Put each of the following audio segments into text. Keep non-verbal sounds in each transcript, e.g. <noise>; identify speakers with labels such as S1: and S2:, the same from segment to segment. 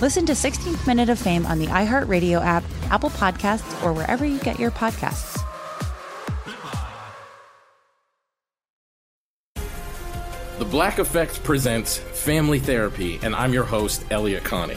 S1: Listen to 16th Minute of Fame on the iHeartRadio app, Apple Podcasts, or wherever you get your podcasts.
S2: The Black Effect presents Family Therapy, and I'm your host, Elliot Connie.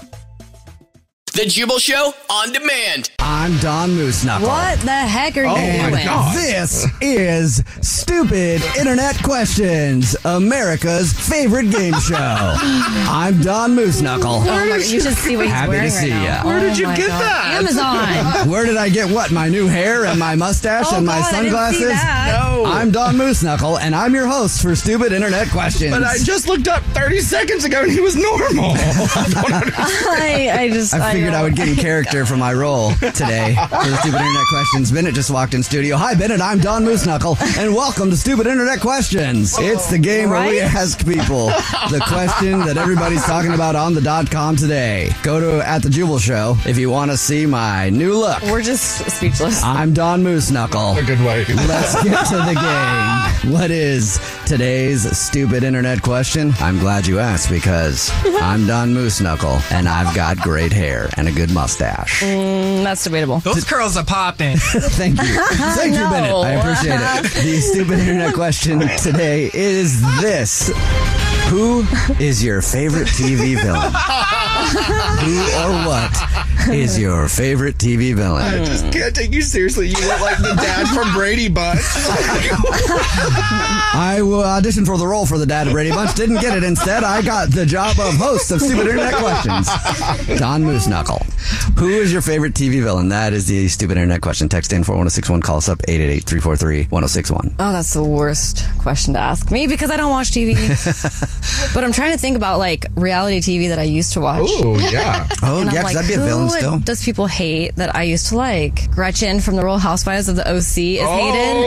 S3: The Jubal Show on demand.
S4: I'm Don Moose Knuckle.
S5: What the heck are you oh doing?
S4: <laughs> This is Stupid Internet Questions, America's favorite game
S5: <laughs>
S4: show. I'm Don Moose Knuckle.
S5: Oh my, you should see what he's
S4: Happy
S5: wearing
S4: to see
S5: right
S4: you.
S5: now.
S6: Where
S5: Oh
S6: did you
S5: my
S6: get
S5: God.
S6: that?
S5: Amazon.
S4: <laughs> Where did I get what? My new hair and my mustache
S5: Oh,
S4: and my
S5: God, I didn't see
S4: sunglasses?
S5: that.
S6: No.
S4: I'm Don Moose Knuckle, and I'm your host for Stupid Internet Questions.
S6: But I just looked up 30 seconds ago and he was <laughs> normal.
S5: I, I just
S4: I figured I
S5: know.
S4: would get in <laughs> character for my role
S5: <laughs>
S4: today for the Stupid Internet Questions. Bennett just walked in studio. Hi, Bennett. I'm Don Moose Knuckle, and welcome to Stupid Internet Questions. It's the game where we
S5: Right?
S4: ask people the question that everybody's talking about on the dot com today. Go to at the Jubal Show if you want to see my new look.
S5: We're just speechless.
S4: I'm Don Moose Knuckle.
S6: good way.
S4: Let's get to the game. What is today's stupid internet question? I'm glad you asked because I'm Don Moose Knuckle and I've got great hair and a good mustache.
S5: Mm, that's debatable.
S7: Those curls
S5: <laughs>
S7: are popping.
S4: Thank you. <laughs> Thank you, Bennett. I appreciate it. The stupid internet question today is this. Who is your favorite TV villain? Who or what is your favorite TV villain?
S6: Oh, just can't take you seriously. You look like the dad from Brady
S4: <laughs>
S6: Bunch.
S4: I will audition for the role for the dad of Brady Bunch. Didn't get it. Instead, I got the job of host of Stupid Internet
S6: <laughs>
S4: Questions. Don Moose Knuckle. Who is your favorite TV villain? That is the Stupid Internet Question. Text in 41061. Call us up 888-343-1061.
S5: Oh, that's the worst question to ask me because I don't watch TV.
S4: <laughs>
S5: but I'm trying to think about like reality TV that I used to watch.
S6: Ooh,
S5: <laughs>
S6: yeah.
S4: Oh,
S5: And
S4: yeah,
S5: I'm like,
S4: 'cause that'd be a
S5: who
S4: villain still.
S5: does people hate that I used to like? Gretchen from the Real Housewives of the OC is hated,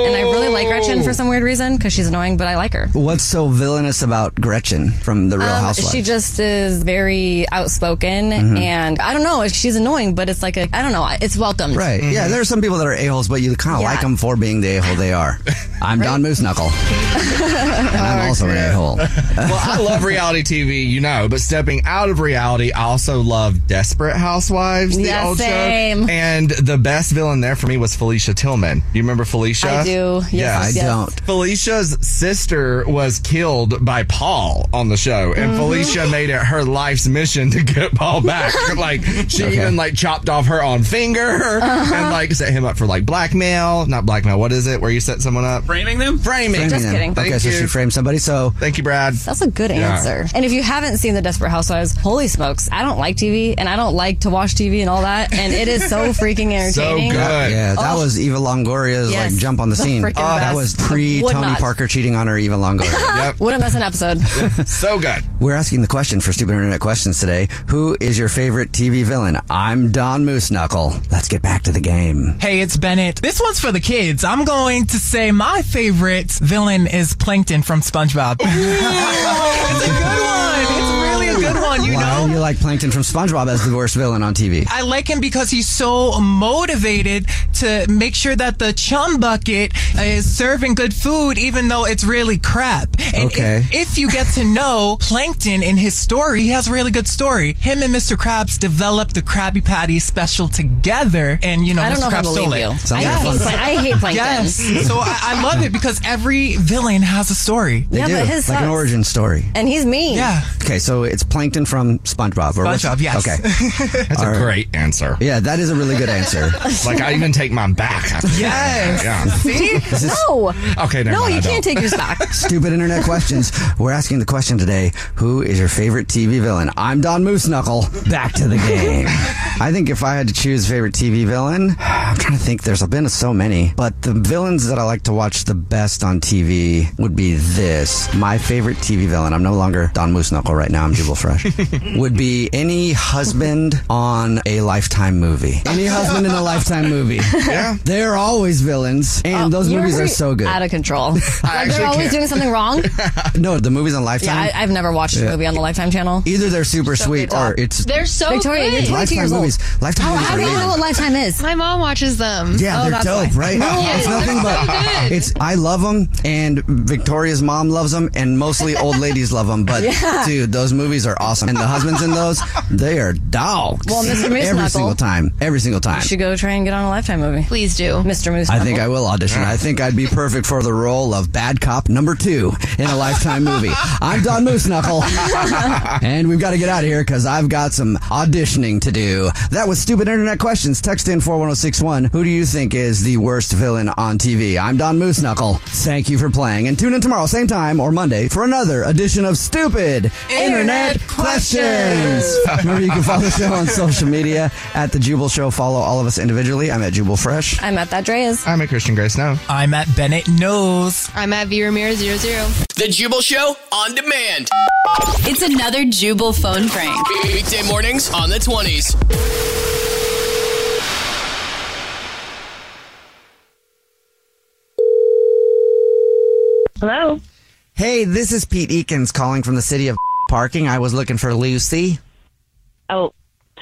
S5: and I really like Gretchen
S4: Oh.
S5: for some weird reason because she's annoying, but I like her.
S4: What's so villainous about Gretchen from The Real
S5: Um,
S4: Housewives? Mm-hmm.
S5: She just is very outspoken, and I don't know. She's annoying, but it's like a I don't know. It's welcomed.
S4: Right. Yeah, there are some people that are a-holes, but you kind of
S5: Yeah.
S4: like them for being the a-hole
S5: <laughs>
S4: they are. I'm Don Moose Knuckle. and I'm also an a-hole.
S6: <laughs> Well, I love reality TV, you know, but stepping out of reality, I also love Desperate Housewives, the
S5: Yeah,
S6: old
S5: same.
S6: show. And the best villain there for me was Felicia Tillman. You remember Felicia?
S5: I do. Yes,
S6: Yeah.
S4: I
S5: yes.
S4: don't.
S6: Felicia's sister was killed by Paul on the show, and
S5: Mm-hmm.
S6: Felicia made it her life's mission to get Paul back.
S5: <laughs>
S6: like she
S4: Okay.
S6: even like chopped off her own finger
S5: Uh-huh.
S6: and like set him up for like blackmail. Not blackmail. What is it? Where you set someone up?
S7: Framing them?
S6: Framing.
S5: Just
S4: Framing them.
S5: kidding.
S4: Okay,
S6: Thank
S4: so
S6: you.
S4: she framed somebody. So
S6: Thank you, Brad.
S5: That's a good
S6: Yeah.
S5: answer. And if you haven't seen The Desperate Housewives, holy smokes, I don't like TV and I don't like to watch TV and all that. And it is so
S6: <laughs>
S5: freaking
S6: So
S5: entertaining.
S6: good.
S4: Yeah, that
S5: Oh. <laughs>
S4: was Eva Longoria's
S5: Yes.
S4: like jump on the,
S5: The
S4: scene.
S5: frickin' Oh.
S4: that
S5: best.
S4: was pre
S5: Would
S4: Tony
S5: not.
S4: Parker cheating on her. Eva
S5: <laughs>
S4: Longoria.
S6: Yep.
S5: What a mess an episode.
S6: So good.
S4: We're asking the question for stupid internet questions today. Who is your favorite TV villain? I'm Don Moose Knuckle. Let's get back to the game.
S7: <laughs> Hey, it's Bennett. This one's for the kids. I'm going to say my favorite villain is <laughs> Plankton from SpongeBob. it's a good one. It's really a good one. You
S4: Wow. And you like Plankton from SpongeBob as the worst villain on TV.
S7: I like him because he's so motivated to make sure that the chum bucket is serving good food, even though it's really crap. And
S4: Okay.
S7: if, if you get to know Plankton in his story, he has a really good story. Him and Mr. Krabs developed the Krabby Patty special together, and you know,
S5: I don't
S7: Mr.
S5: know if I
S7: Krabs
S5: believe
S7: stole it.
S5: you. I hate Plank- I hate Plankton.
S7: <laughs> Yes. So I, I love it because every villain has a story.
S4: They do. like an origin story.
S5: and he's mean.
S7: Yeah.
S4: Okay, so it's Plankton from SpongeBob. or what's-
S6: SpongeBob, yes.
S7: <laughs>
S4: Okay.
S6: That's a great answer.
S4: Yeah, that is a really good answer.
S6: Like I even take mine back. after that.
S7: Yes.
S6: Yeah.
S7: See?
S4: This is-
S5: No.
S6: Okay, never
S5: No,
S6: mind,
S5: you
S6: I
S5: can't
S6: don't.
S5: take yours back.
S4: <laughs> Stupid internet questions. We're asking the question today Who is your favorite TV villain? I'm Don Moose Knuckle. Back to the
S5: <laughs>
S4: game. I think if I had to choose favorite TV villain, I'm trying to think. There's been so many, but the villains that I like to watch the best on TV would be this. My favorite TV villain, I'm no longer Don Moose Knuckle right now, I'm
S5: <laughs>
S4: Jubal Fresh,
S6: <laughs>
S4: would be any husband on a Lifetime movie. Any husband in a Lifetime movie.
S6: Yeah.
S4: They're always villains, and <laughs> those
S5: Oh, You're
S4: movies are so good.
S5: Out of
S6: <laughs>
S5: control. Like,
S6: actually
S5: they're always
S6: can't.
S5: doing something wrong.
S6: <laughs>
S4: <laughs> No, the movies on Lifetime.
S5: Yeah, I, I've never watched a
S4: Yeah.
S5: movie on the Lifetime channel.
S4: Either they're super sweet or it's
S8: They're so
S5: Victoria, you're
S8: good.
S5: 22 years
S4: Lifetime
S5: old.
S4: movies. Lifetime
S5: How,
S4: movies
S5: how
S4: are
S5: do you
S4: amazing.
S5: know what Lifetime is? Oh,
S8: My mom watches them.
S4: Yeah, they're dope, right?
S8: Yeah,
S4: it's
S8: they're
S4: nothing but
S8: so good.
S4: it's. I love them, and Victoria's mom loves them, and
S5: <laughs>
S4: mostly old ladies love them. But
S5: Yeah.
S4: dude, those movies are awesome, and the husbands in those, they are dogs.
S5: Well, Mr. Moose
S4: every
S5: Knuckle.
S4: single time, every single time.
S5: You should go try and get on a Lifetime movie.
S8: Please do.
S5: Mr. Moose. Uh-huh.
S4: I think I will audition. I think I'd be perfect for the role of bad cop number two in a Lifetime movie. I'm Don Moose Knuckle, <laughs> and we've got to get out of here because I've got some auditioning to do. That was stupid internet questions. Text in four one zero six one. Who do you think is the worst villain on TV? I'm Don Moose Knuckle. Thank you for playing, and tune in tomorrow, same time or Monday, for another edition of Stupid Internet,
S7: Internet
S4: Questions. Remember, you can follow the
S6: <laughs>
S4: show on social media at the Jubal Show. Follow all of us individually. I'm at Jubal Fresh.
S5: I'm at that Dre is.
S6: I'm a Christian Grace now.
S7: I'm at Bennett Knows.
S8: I'm at V Ramirez 00.
S3: The Jubal Show on demand.
S9: It's another Jubal phone prank.
S3: Weekday mornings on the 20s.
S4: Hello. Hey, this is Pete Eakins calling from the city of parking. I was looking for Lucy.
S10: Oh,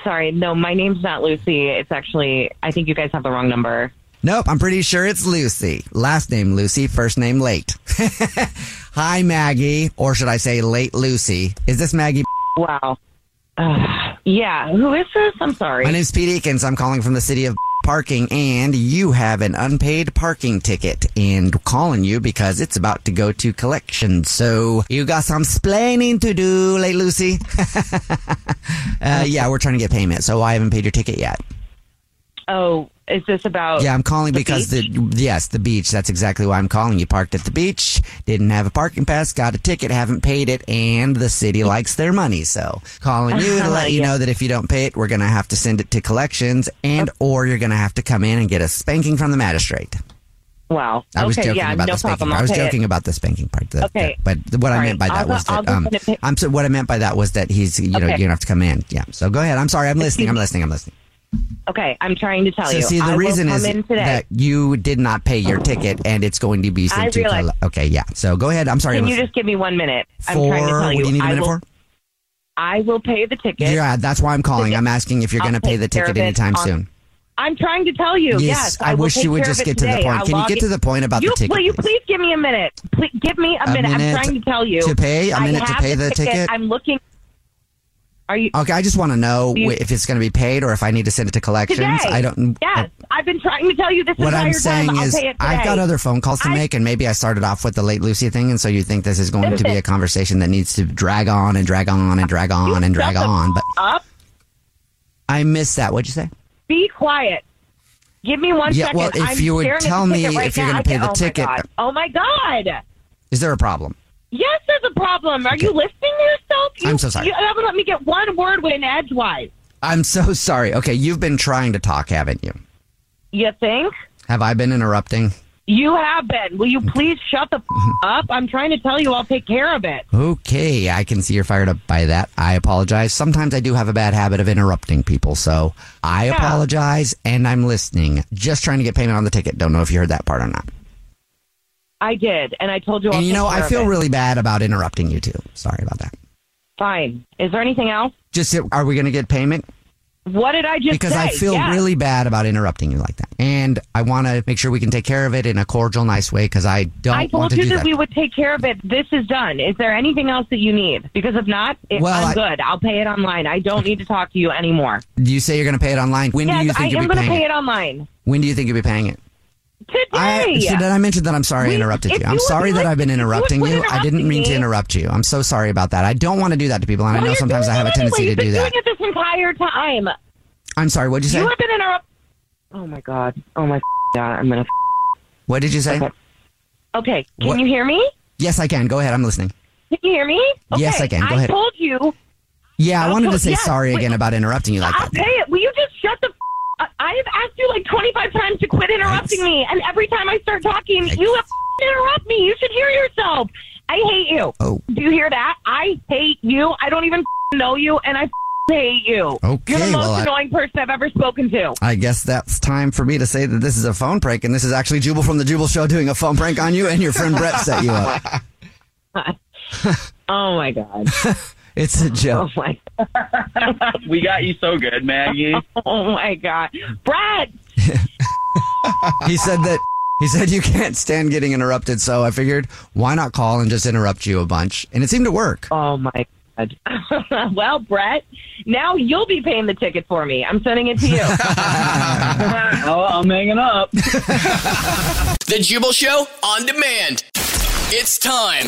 S10: sorry. No, my name's not Lucy. It's actually, I think you guys have the wrong number.
S4: Nope, I'm pretty sure it's Lucy. Last name Lucy, first name late. <laughs> Hi, Maggie, or should I say late Lucy? Is this Maggie?
S10: Wow. yeah, who is this? I'm sorry.
S4: My name's Pete Eakins. I'm calling from the city of parking, and you have an unpaid parking ticket, and calling you because it's about to go to collection. So you got some splaining to do, late Lucy. <laughs> uh, yeah, we're trying to get payment, so I haven't paid your ticket yet.
S10: Oh, is this about?
S4: Yeah, I'm calling
S10: the
S4: because
S10: beach?
S4: the yes, the beach. That's exactly why I'm calling. You parked at the beach, didn't have a parking pass, got a ticket, haven't paid it, and the city likes their money. So calling you to let
S10: Uh-huh,
S4: you
S10: Yeah.
S4: know that if you don't pay it, we're gonna have to send it to collections, and
S10: Oh.
S4: or you're gonna have to come in and get a spanking from the magistrate.
S10: Wow.
S4: I was
S10: okay,
S4: joking
S10: yeah,
S4: about
S10: no
S4: the spanking.
S10: problem. I'll
S4: I was
S10: pay it.
S4: joking about the spanking part. the-
S10: Okay.
S4: the- but what I
S10: All
S4: meant by
S10: right,
S4: that
S10: I'll go-
S4: was
S10: I'll
S4: that
S10: go
S4: um,
S10: send it pic-
S4: I'm so what I meant by that was that he's you know
S10: Okay.
S4: you're gonna have to come in. Yeah. So go ahead. I'm sorry. I'm listening. I'm listening. I'm listening.
S10: Okay, I'm trying to tell
S4: So
S10: you.
S4: see, the
S10: I
S4: reason
S10: will come
S4: is
S10: in today.
S4: that you did not pay your ticket, and it's going to be sent
S10: I
S4: to.
S10: realize.
S4: Col- okay, yeah. So go ahead. I'm sorry.
S10: Can
S4: I'm
S10: you
S4: listening.
S10: just give me one minute? I'm
S4: for
S10: trying to tell
S4: what
S10: you.
S4: do you need a
S10: I
S4: minute
S10: will,
S4: for?
S10: I will pay the ticket.
S4: Yeah, that's why I'm calling. I'm asking if you're
S10: I'll
S4: going to pay
S10: take
S4: the
S10: care
S4: ticket
S10: of it
S4: anytime
S10: on-
S4: soon.
S10: I'm trying to tell you.
S4: Yes,
S10: Yes,
S4: I
S10: will
S4: wish
S10: take
S4: you would
S10: care of
S4: just
S10: it
S4: get to the
S10: today.
S4: point.
S10: I'll
S4: Can you
S10: log
S4: get to
S10: in-
S4: the point about the
S10: you,
S4: ticket,
S10: Will you please give me a minute? Please give me a,
S4: A
S10: minute.
S4: minute
S10: I'm trying to tell you
S4: to pay? A
S10: I
S4: minute to
S10: have
S4: pay the ticket?
S10: I'm looking. Are you
S4: Okay, I just want to know
S10: You-
S4: wh- if it's going to be paid or if I need to send it to collections.
S10: today?
S4: I don't. uh,
S10: Yes, I've been trying to tell you this
S4: What
S10: entire
S4: I'm saying
S10: time.
S4: is,
S10: I'll pay it
S4: I've
S10: today.
S4: got other phone calls to make, and maybe I started off with the late Lucy thing, and so you think this is going to be a conversation that needs to drag on and drag on and drag on and drag
S10: shut the
S4: on. But
S10: up.
S4: I missed that. What'd you say?
S10: Be quiet. Give me one
S4: Yeah,
S10: second.
S4: well, if
S10: I'm
S4: you would
S10: staring at the
S4: tell me
S10: ticket right
S4: if you're
S10: now.
S4: gonna pay
S10: I
S4: the
S10: can't-
S4: ticket-
S10: Oh my god. Oh my god.
S4: Is there a problem?
S10: Yes, there's a problem. Are you listening to yourself? You,
S4: I'm so sorry.
S10: You haven't let me get one word in edgewise.
S4: I'm so <laughs> sorry. Okay, you've been trying to talk, haven't you?
S10: You think?
S4: Have I been interrupting?
S10: You have been. Will you please shut the f-
S4: Mm-hmm.
S10: up? I'm trying to tell you I'll take care of it.
S4: Okay, I can see you're fired up by that. I apologize. Sometimes I do have a bad habit of interrupting people, so I
S10: Yeah.
S4: apologize and I'm listening. Just trying to get payment on the ticket. Don't know if you heard that part or not.
S10: I did, and I told you I'll
S4: and you
S10: take
S4: know,
S10: care
S4: I
S10: of
S4: feel
S10: it.
S4: really bad about interrupting you too. Sorry about that.
S10: Fine. Is there anything else?
S4: Just are we going to get payment?
S10: What did I just
S4: because
S10: say?
S4: I feel
S10: Yeah.
S4: really bad about interrupting you like that, and I want to make sure we can take care of it in a cordial, nice way. Because I don't
S10: I
S4: want
S10: told
S4: to
S10: you
S4: do
S10: that,
S4: that.
S10: we would take care of it. This is done. Is there anything else that you need? Because if not, it,
S4: Well,
S10: I'm
S4: I-
S10: good. I'll pay it online. I don't need to talk to you anymore.
S4: you say you're going to pay it online. When
S10: yes,
S4: do you think
S10: I
S4: you'll
S10: am
S4: be
S10: going to
S4: paying
S10: pay it online
S4: When do you think you'll be paying it?
S10: today.
S4: I, so did I mention that I'm sorry I interrupted
S10: if
S4: you?
S10: you
S4: I'm
S10: would
S4: sorry that I've been interrupting you. I didn't mean to
S10: me-
S4: interrupt you. I'm so sorry about that. I don't want to do that to people, and I know sometimes I have a tendency
S10: You've
S4: to
S10: been
S4: do
S10: doing
S4: that.
S10: it this entire time.
S4: I'm sorry. What'd you say?
S10: You have been interrupt. Oh my god. Oh my god. I'm gonna.
S4: What did you say?
S10: Okay. Can
S4: What-
S10: you hear me?
S4: Yes, I can. Go ahead. I'm listening.
S10: Can you hear me? Okay.
S4: Yes, I can. Go
S10: I
S4: ahead.
S10: told you.
S4: Yeah, I wanted to say
S10: Oh, yes,
S4: sorry again about interrupting you like
S10: I'll
S4: that.
S10: pay it. Will you just shut the? F- up? I have asked you like 25 times to quit interrupting me, and every time I start talking, you have f- interrupt me. You should hear yourself. I hate you.
S4: Oh.
S10: Do you hear that? I hate you. I don't even f- know you, and I f- hate you.
S4: Okay,
S10: You're the most
S4: well, I-
S10: annoying person I've ever spoken to.
S4: I guess that's time for me to say that this is a phone prank, and this is actually Jubal from the Jubal Show doing a phone prank on you, and your friend Brett set you up.
S10: <laughs> oh my god.
S4: <laughs> It's a joke.
S10: Oh my. <laughs>
S11: we got you so good, Maggie.
S10: Oh my god, Brad.
S4: he said that he said you can't stand getting interrupted, so I figured why not call and just interrupt you a bunch, and it seemed to work.
S10: Oh my god. <laughs> well, Brett, now you'll be paying the ticket for me. I'm sending it to
S12: <laughs>
S10: you.
S11: Oh, I'm hanging up.
S3: The Jubal Show on demand. It's time.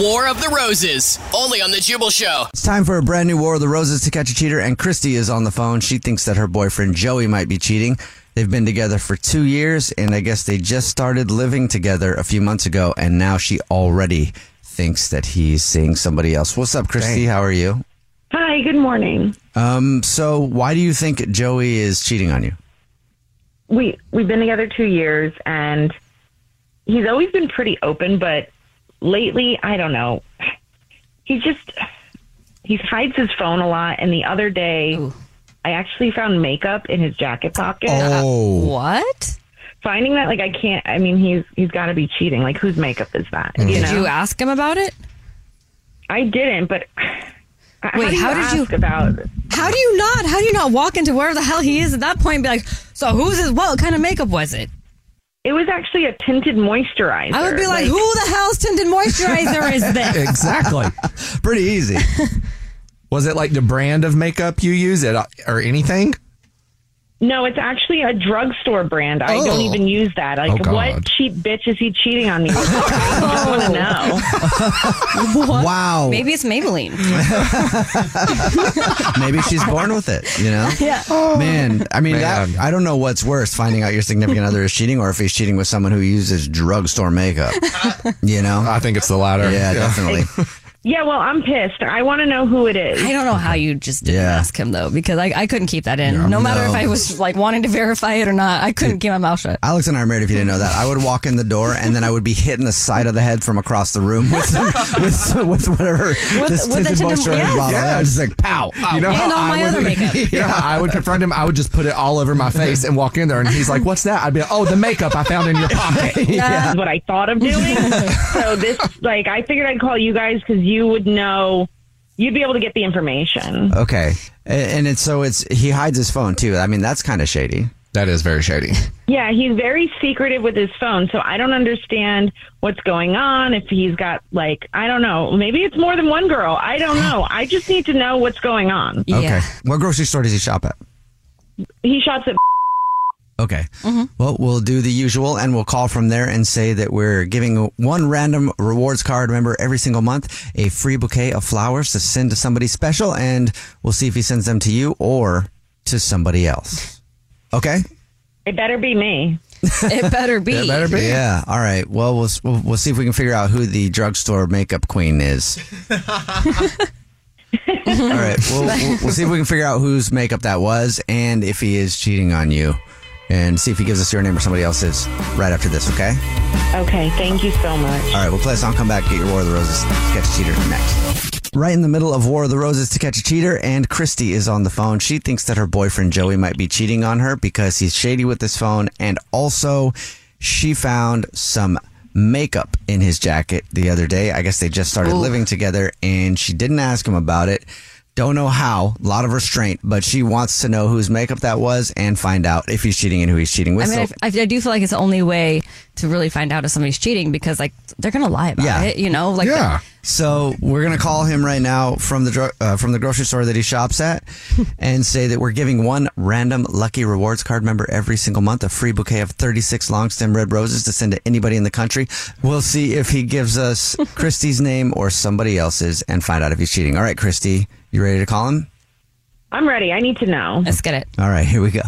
S3: War of the Roses. Only on The Jubal Show. <laughs>
S4: It's time for a brand new War of the Roses to catch a cheater, and Christy is on the phone. She thinks that her boyfriend Joey might be cheating. They've been together for two years, and I guess they just started living together a few months ago, and now she already thinks that he's seeing somebody else. What's up, Christy? How are you?
S12: Hi, good morning.
S4: Um, so why do you think Joey is cheating on you?
S12: We we've been together 2 years and he's always been pretty open, but lately, I don't know. He just he hides his phone a lot and the other day I actually found makeup in his jacket pocket.
S4: Oh.
S12: What? Finding that like I can't I mean he's he's got to be cheating. Like whose makeup is that? You
S5: Mm. Did
S12: know?
S5: you ask him about it?
S12: I didn't, but
S5: Wait, how did you-
S12: ask about
S5: How do you not? How do you not walk into where the hell he is at that point and be like, so who's his, what kind of makeup was it?
S12: It was actually a tinted moisturizer.
S5: I would be like,
S12: Like-
S5: who the
S12: <laughs>
S5: hell's tinted moisturizer <laughs> is this?
S6: <laughs> exactly.
S4: Pretty easy.
S6: Was it like the brand of makeup you use it or anything?
S12: No, it's actually a drugstore brand. I don't
S6: Oh.
S12: even use that.
S6: Oh,
S12: Like,
S6: God.
S12: what cheap bitch is he cheating on me
S6: <laughs>
S12: with? I just want to know.
S4: Wow.
S5: Maybe it's Maybelline.
S4: Maybe she's born with it,
S5: <laughs>
S4: you know?
S5: Yeah.
S4: Oh. Man, I mean, That, I don't know what's worse finding out your significant other is cheating or if he's cheating with someone who uses drugstore makeup. You know? I
S6: think it's the latter. Yeah.
S4: Yeah, definitely.
S12: <laughs> Yeah, well, I'm pissed. I want to know who it is.
S5: I don't know how you just didn't ask him though, because I, I couldn't keep that in. No, matter
S4: No.
S5: if I was like wanting to verify it or not, I couldn't keep my mouth shut.
S4: Alex and I are married. If you didn't know that, I would walk in the door and then I would be hit in the side of the head from across the room with with, with whatever
S6: With-
S4: this
S6: with the
S4: tinted
S6: tinted-
S4: moisturizer
S6: yes.
S4: bottle. Yeah, just like pow.
S6: You know how I <laughs> would- Yeah, I would confront him. I would just put it all over my face and walk in there, and he's like, "What's that?" I'd be like, "Oh, the makeup I found in your <laughs> pocket."
S12: That's what I thought of
S6: <laughs>
S12: doing. so this, like, I figured I'd call you guys because you would know. You'd be able to get the information.
S4: Okay, and, and it's so it's he hides his phone too. I mean, that's kind of shady.
S6: That is very shady.
S12: Yeah, he's very secretive with his phone, so I don't understand what's going on. If he's got like, I don't know, maybe it's more than one girl. I don't know. I just need to know what's going on.
S4: Okay, what grocery store does he shop at?
S12: He shops at. <laughs>
S4: Okay. Well, we'll do the usual and we'll call from there and say that we're giving one random rewards card member every single month a free bouquet of flowers to send to somebody special and we'll see if he sends them to you or to somebody else. Okay?
S12: It better be me.
S5: <laughs> It better be.
S4: Yeah. All right. Well, we'll s- we'll, we'll see if we can figure out who the drugstore makeup queen is. All right. We'll, we'll, we'll see if we can figure out whose makeup that was and if he is cheating on you and see if he gives us your name or somebody else's right after this, okay?
S12: Okay, thank you so much.
S4: All right, we'll play a song, come back, get your War of the Roses, catch a cheater next. Right in the middle of War of the Roses to catch a cheater, and Christy is on the phone. She thinks that her boyfriend Joey might be cheating on her because he's shady with his phone, and also she found some makeup in his jacket the other day. I guess they just started living together and she didn't ask him about it. Don't know how, a lot of restraint, but she wants to know whose makeup that was and find out if he's cheating and who he's cheating
S5: I
S4: with.
S5: mean,
S4: So-
S5: I, I I do feel like it's the only way to really find out if somebody's cheating because, like, they're gonna lie about it. You know, like,
S4: So we're gonna call him right now from the dro- uh, from the grocery store that he shops at, and say that we're giving one random lucky rewards card member every single month a free bouquet of 36 long stem red roses to send to anybody in the country. We'll see if he gives us Christy's name or somebody else's, and find out if he's cheating. All right, Christy, you ready to call him?
S12: I'm ready. I need to know.
S5: Let's get it.
S4: All right, here we go.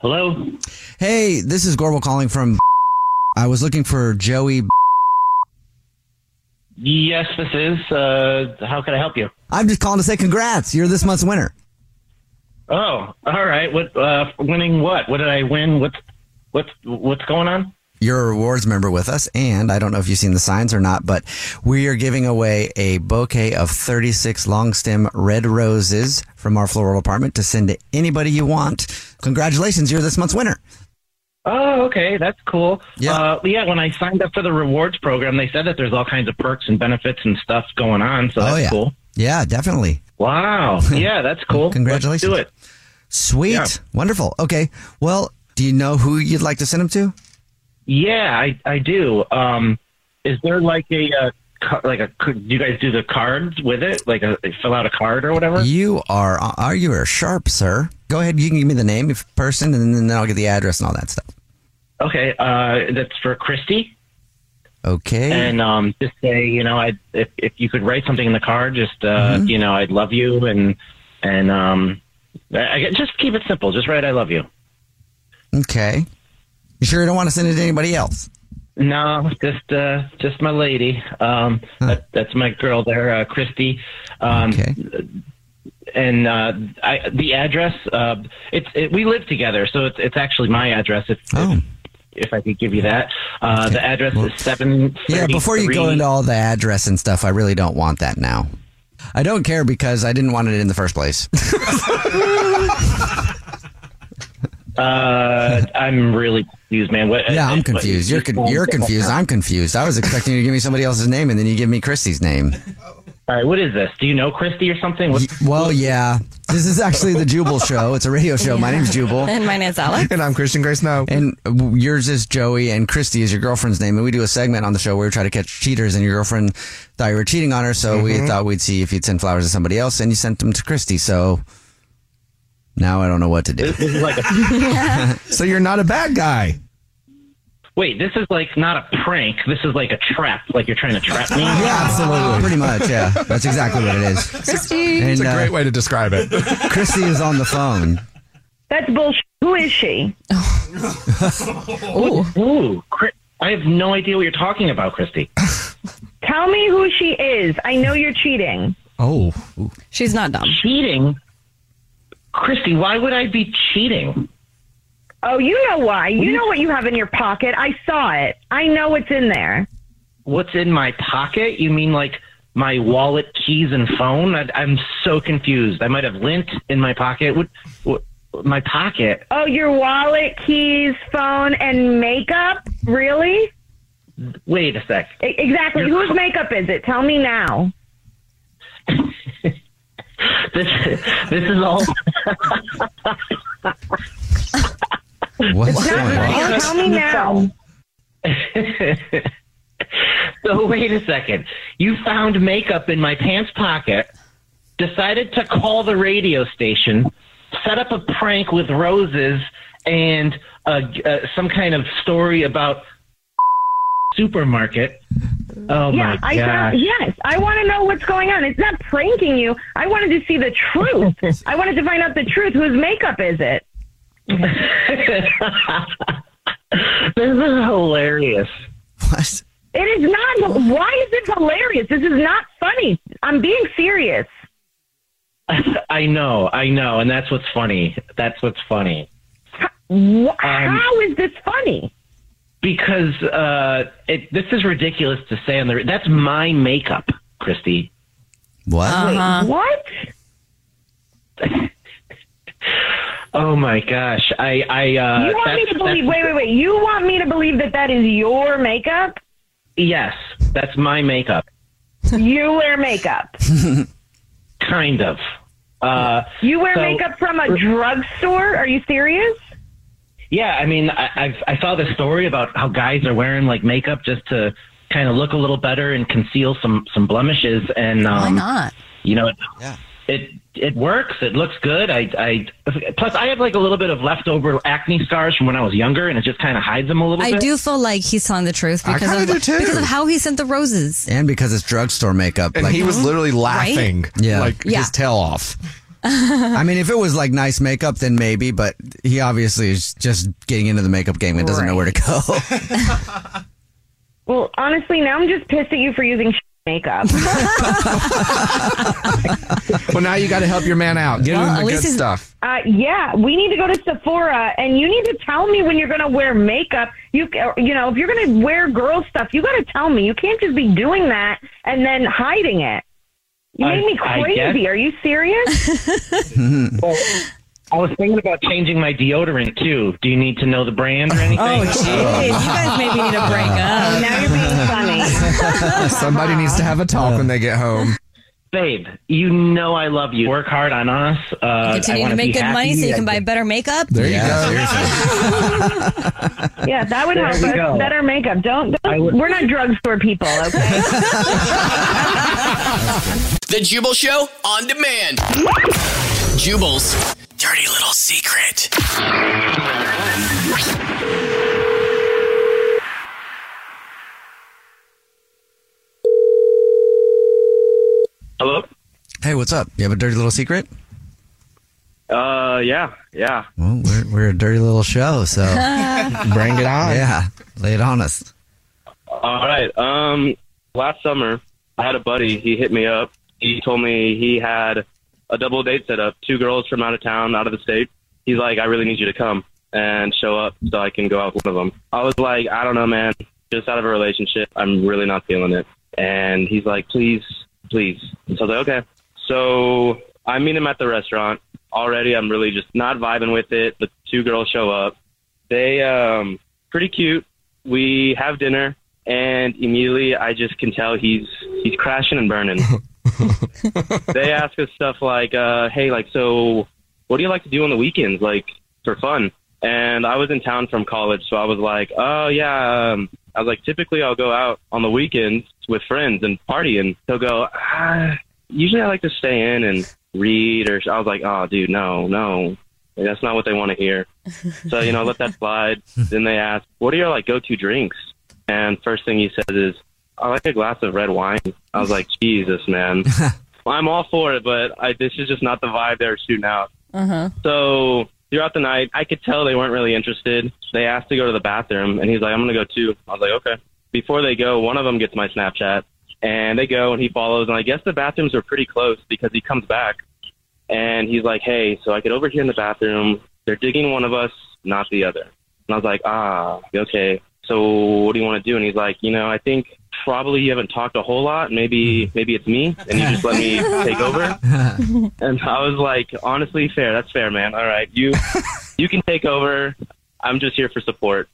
S11: Hello.
S4: Hey, this is Gorbel calling from. I was looking for Joey.
S11: Yes, this is. Uh, how can I help you?
S4: I'm just calling to say congrats. You're this month's winner.
S11: Oh, all right. What uh, winning? What? What did I win? What's what's what's going on?
S4: you're a rewards member with us, and I don't know if you've seen the signs or not, but we are giving away a bouquet of 36 long stem red roses from our floral department to send to anybody you want. Congratulations, you're this month's winner.
S11: Oh, okay, that's cool. Yeah, uh, yeah. When I signed up for the rewards program, they said that there's all kinds of perks and benefits and stuff going on. So that's
S4: Oh, yeah.
S11: cool.
S4: Yeah, definitely. <laughs>
S11: Wow. Yeah, that's cool.
S4: Congratulations.
S11: Let's do it.
S4: Sweet.
S11: Yeah.
S4: Wonderful. Okay. Well, do you know who you'd like to send them to?
S11: Yeah, I I do. Um, is there like a uh, ca- like a could you guys do the cards with it? Like a fill out a card or whatever?
S4: You are, are you are sharp, sir? Go ahead. You can give me the name of person, and then I'll get the address and all that stuff.
S11: Okay, uh, that's for Christy.
S4: Okay.
S11: And um, just say, you know, I if if you could write something in the card, just uh,
S4: Mhm.
S11: you know, I'd love you, and and um, I, I, just keep it simple. Just write, I love you.
S4: Okay. You sure you don't want to send it to anybody else?
S11: No, just uh, just my lady. Um, that, that's my girl there, uh, Christy. Um,
S4: okay.
S11: And uh, I, the address. Uh, it's it, we live together, so it's it's actually my address. If
S4: Oh.
S11: if, if I could give you that, uh, the address is seven.
S4: Yeah, before you go into all the address and stuff, I really don't want that now. I don't care because I didn't want it in the first place.
S11: <laughs> Uh, I'm really confused, man. What,
S4: yeah, I'm confused. You're con- you're confused. I'm confused. I was expecting you to give me somebody else's name and then you give me Christy's name.
S11: All right, what is this? Do you know Christy or something? What,
S4: Well, yeah. This is actually the Jubal show. It's a radio show. My name's Jubal.
S5: and my name's
S6: <laughs>
S5: Alex.
S4: And I'm Christian Grace Now. And yours is Joey, and Christy is your girlfriend's name. And we do a segment on the show where we try to catch cheaters, and your girlfriend thought you were cheating on her, so we
S6: Mhm.
S4: thought we'd see if you'd send flowers to somebody else, and you sent them to Christy. So now I don't know what to do.
S6: <laughs> so you're not a bad guy.
S11: wait, this is like not a prank. This is like a trap. Like you're trying to trap me.
S4: <laughs> Yeah, absolutely. Pretty much, yeah. That's exactly what it is. Christy.
S6: It's a great way to describe
S4: <laughs>
S6: it.
S4: Christy is on the phone.
S12: That's bullshit. Who is
S5: <laughs>
S12: she?
S11: <laughs> Ooh. Ooh. Chris- I have no idea what you're talking
S4: <laughs>
S11: about, Christy.
S12: Tell me who she is. I know you're cheating.
S6: Oh.
S5: She's not dumb.
S11: Cheating? Christy, why would I be cheating?
S12: Oh, you know why. You know what you have in your pocket. I saw it. I know what's in there.
S11: What's in my pocket? You mean like my wallet, keys, and phone? I, I'm so confused. I might have lint in my pocket. What? what my pocket?
S12: Oh, your wallet, keys, phone, and makeup? Really?
S11: Wait a sec. <laughs>
S12: E- exactly.
S11: Your-
S12: Whose makeup is it? Tell me now.
S11: This this is
S12: <laughs>
S11: all.
S4: What's
S12: going on? Tell me now.
S11: <laughs> so wait a second. You found makeup in my pants pocket. Decided to call the radio station. Set up a prank with roses and uh, uh, some kind of story about <laughs> supermarket. Oh
S12: yeah,
S11: my
S12: I
S11: gosh.
S12: found, yes. I want to know what's going on. It's not pranking you. I wanted to see the truth. <laughs> I wanted to find out the truth. Whose makeup is it? <laughs>
S11: This is hilarious.
S4: What?
S12: It is not. Why is it hilarious? This is not funny. I'm being serious.
S11: <laughs> I know, I know, and that's what's funny. That's what's funny.
S12: Wh- How is this funny?
S11: because uh, it, this is ridiculous to say on the. That's my makeup, Christy.
S4: What?
S11: Uh-huh.
S12: what?
S11: Oh my gosh! I I uh,
S12: you want me
S11: that's-
S12: to believe?
S11: that's-
S12: Wait, wait, wait. You want me to believe that that is your makeup?
S11: Yes, that's my makeup.
S12: <laughs> you wear makeup.
S11: kind of. Uh,
S12: You wear
S11: so-
S12: makeup from a drugstore? Are you serious?
S11: Yeah, I mean, I, I've, I saw the story about how guys are wearing like makeup just to kind of look a little better and conceal some some blemishes. And um,
S5: Why not?
S11: You know, it, it it works. It looks good. I, I plus I have like a little bit of leftover acne scars from when I was younger, and it just kind of hides them a little
S5: I
S11: bit.
S5: do feel like he's telling the truth
S11: I
S5: because
S11: kinda
S5: of
S11: do too.
S5: because of how he sent the roses.
S4: And because it's drugstore makeup.
S6: And he was literally laughing,
S4: Yeah.
S6: like, his Yeah. tail off.
S4: I mean, if it was like nice makeup, then maybe, but he obviously is just getting into the makeup game and doesn't know where to go.
S12: Well, honestly, now I'm just pissed at you for using <laughs>
S11: <laughs>
S12: makeup.
S6: Well, now you got to help your man out. Get
S12: Well,
S6: him
S12: at
S6: the
S12: least
S6: good
S12: he's-
S6: stuff.
S12: Uh, yeah, we need to go to Sephora, and you need to tell me when you're going to wear makeup. You uh, you know, if you're going to wear girl stuff, you got to tell me. You can't just be doing that and then hiding it. You
S11: I-
S12: made me
S11: I guess-
S12: crazy. Are you serious?
S4: <laughs>
S11: Well, I was thinking about changing my deodorant too. Do you need to know the brand or anything?
S5: Oh, jeez. You guys maybe need to
S6: <laughs>
S5: break up.
S12: now you're being funny.
S6: Somebody needs to have a talk when they get home.
S11: Babe, you know I love you. Work hard on us. Uh, I
S5: Continue
S11: wanna
S5: to
S11: be
S5: make good
S11: happy.
S5: money so you can
S11: I-
S5: buy better makeup.
S6: There you go.
S5: <laughs>
S12: yeah, that would
S11: There
S12: help
S11: we
S12: us.
S11: go.
S12: Better makeup. Don't.
S11: I
S12: don't
S11: would-
S12: we're not drugstore people, okay?
S3: The Jubal Show on demand. Jubal's dirty little secret.
S13: Hello.
S4: hey, what's up? You have a dirty little secret?
S13: Uh, yeah, yeah.
S4: Well, we're, we're a dirty little show,
S13: <laughs>
S4: so
S13: Bring it on.
S4: Yeah, lay it on us.
S13: All right. Um, last summer, I had a buddy. He hit me up. He told me he had a double date set up. Two girls from out of town, out of the state. He's like, I really need you to come and show up so I can go out with one of them. I was like, I don't know, man. Just out of a relationship, I'm really not feeling it. And he's like, please, please. And so I was like, okay. So I meet him at the restaurant. Already, I'm really just not vibing with it. The two girls show up. They um pretty cute. We have dinner and immediately I just can tell he's he's crashing and burning. they ask us stuff like, uh, hey, like so what do you like to do on the weekends, like for fun? And I was in town from college, so I was like, Oh yeah, um I was like, typically I'll go out on the weekends with friends and party and he'll go, ah, usually I like to stay in and read or I was like, Oh dude, no, no. Like, That's not what they want to hear. So, you know, I let that slide. then they ask, What are your like go to drinks? And first thing he says is, I like a glass of red wine. I was like, Jesus, man. I'm all for it, but I, this is just not the vibe they were shooting out.
S5: Uh huh.
S13: So throughout the night, I could tell they weren't really interested. They asked to go to the bathroom, and he's like, "I'm gonna go too." I was like, "Okay." Before they go, one of them gets my Snapchat, and they go, and he follows, and I guess the bathrooms are pretty close because he comes back, and he's like, "Hey, so I get over here in the bathroom. They're digging one of us, not the other." And I was like, "Ah, okay." So what do you want to do? And he's like, "You know, I think probably you haven't talked a whole lot. Maybe, maybe it's me, and you just let
S14: <laughs>
S13: me take over." <laughs> And I was like, honestly, fair. That's fair, man. All right, you you can take over. I'm just here for support.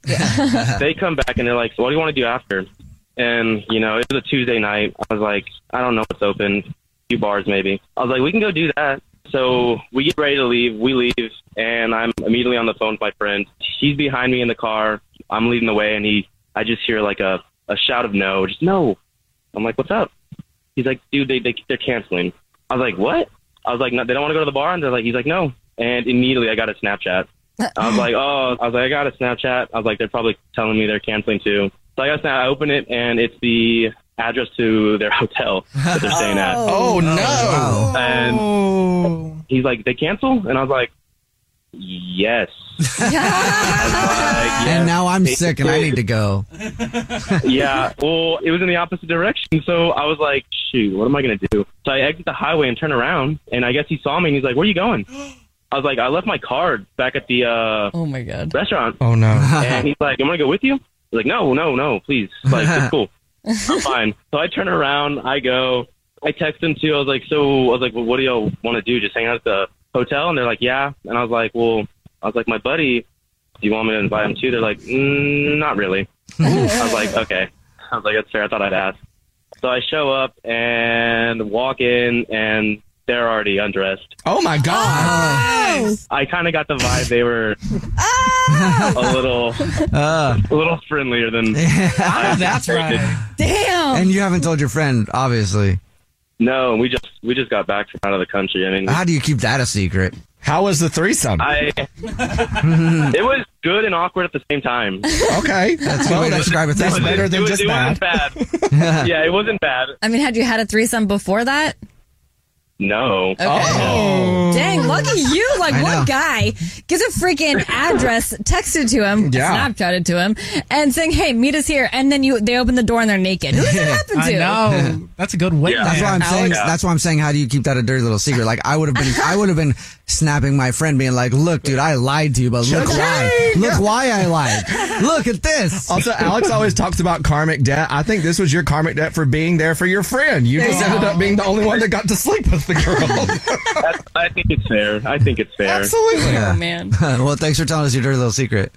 S13: they come back and they're like, so what do you want to do after? And you know, it was a Tuesday night. I was like, I don't know what's open. A few bars maybe. I was like, we can go do that. So we get ready to leave. We leave, and I'm immediately on the phone with my friend. He's behind me in the car. I'm leading the way, and he. I just hear like a a shout of no, just no. I'm like, what's up? He's like, dude, they, they they're canceling. I was like, what? I was like, no, they don't want to go to the bar, and they're like, he's like, no. And immediately, I got a Snapchat. I was like, oh, I was like, I got a Snapchat. I was like, they're probably telling me they're canceling too. So I got a Snap. I open it, and it's the address to their <laughs> hotel that they're staying at.
S6: <laughs> Oh, no. Oh.
S13: And he's like, they cancel, and I was like, yes.
S4: And now I'm sick and I need to go.
S13: <laughs> yeah. Well, it was in the opposite direction, so I was like, shoot, what am I gonna do? So I exit the highway and turn around, and I guess he saw me, and he's like, where are you going? <gasps> I was like, I left my card back at the uh,
S5: oh my god
S13: restaurant.
S6: Oh no.
S13: and he's like, I'm gonna go with you. He's like, no, no, no, please. Like, it's cool. I'm fine. So I turn around, I go, I text them too. I was like, so I was like, well, what do y'all want to do? Just hang out at the hotel? And they're like, yeah. And I was like, well, I was like, my buddy, do you want me to invite him too? They're like, mm, not really. I was like, okay. I was like, that's fair. I thought I'd ask. So I show up and walk in, and they're already undressed.
S6: Oh my god!
S13: I kind of got the vibe they were a little, a little friendlier
S4: <laughs>
S13: than. I
S4: Uh. that's
S13: expected.
S4: Damn. And you haven't told your friend, obviously.
S13: No, we just we just got back from out of the country. I mean,
S4: How do you keep that a secret?
S6: How was the threesome?
S13: I it was good and awkward at the same time.
S6: Okay,
S4: that's one way to describe it.
S13: It
S4: That's
S13: was-
S4: better than
S13: it was-
S4: just
S13: it wasn't bad.
S4: <laughs>
S13: yeah, it wasn't bad.
S5: I mean, had you had a threesome before that?
S13: No.
S11: Oh.
S5: Dang, lucky you. Like,
S13: I know.
S5: one guy gets a freaking address texted to him,
S6: Yeah.
S5: Snapchatted to him, and saying, hey, meet us here. And then you they open the door and they're naked. Who does
S11: <laughs>
S5: that
S7: <laughs>
S5: happen to?
S7: That's a good way.
S4: That's why I'm saying.
S7: Alex?
S4: That's why I'm saying. How do you keep that a dirty little secret? Like I would have been. I would have been snapping my friend, being like, "Look, dude, I lied to you, but look why.
S6: Cha-ching!
S4: Look why I lied. Look at this."
S6: Also, Alex always talks about karmic debt. I think this was your karmic debt for being there for your friend. You just
S4: Yeah.
S6: ended up being the only one that got to sleep with the girl.
S13: I think it's fair. I think it's fair.
S6: Absolutely.
S4: Yeah.
S5: man.
S4: <laughs> well, thanks for telling us your dirty little secret.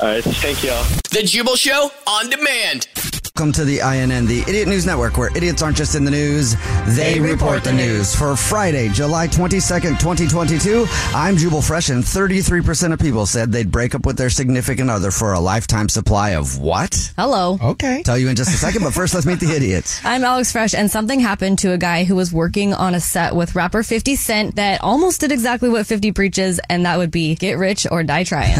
S13: All right. Thank y'all.
S3: The Jubal Show on demand.
S4: Welcome to the INN, the Idiot News Network, where idiots aren't just in the news, they, report, the news. For Friday, July 22nd, 2022, I'm Jubal Fresh, and 33% of people said they'd break up with their significant other for a lifetime supply of what?
S5: Hello.
S6: Okay.
S4: Tell you in just a second, but first, let's meet <laughs> the idiots.
S5: I'm Alex Fresh, and something happened to a guy who was working on a set with rapper 50 Cent that almost did exactly what 50 preaches, and that would be get rich or die
S11: <laughs>
S5: trying.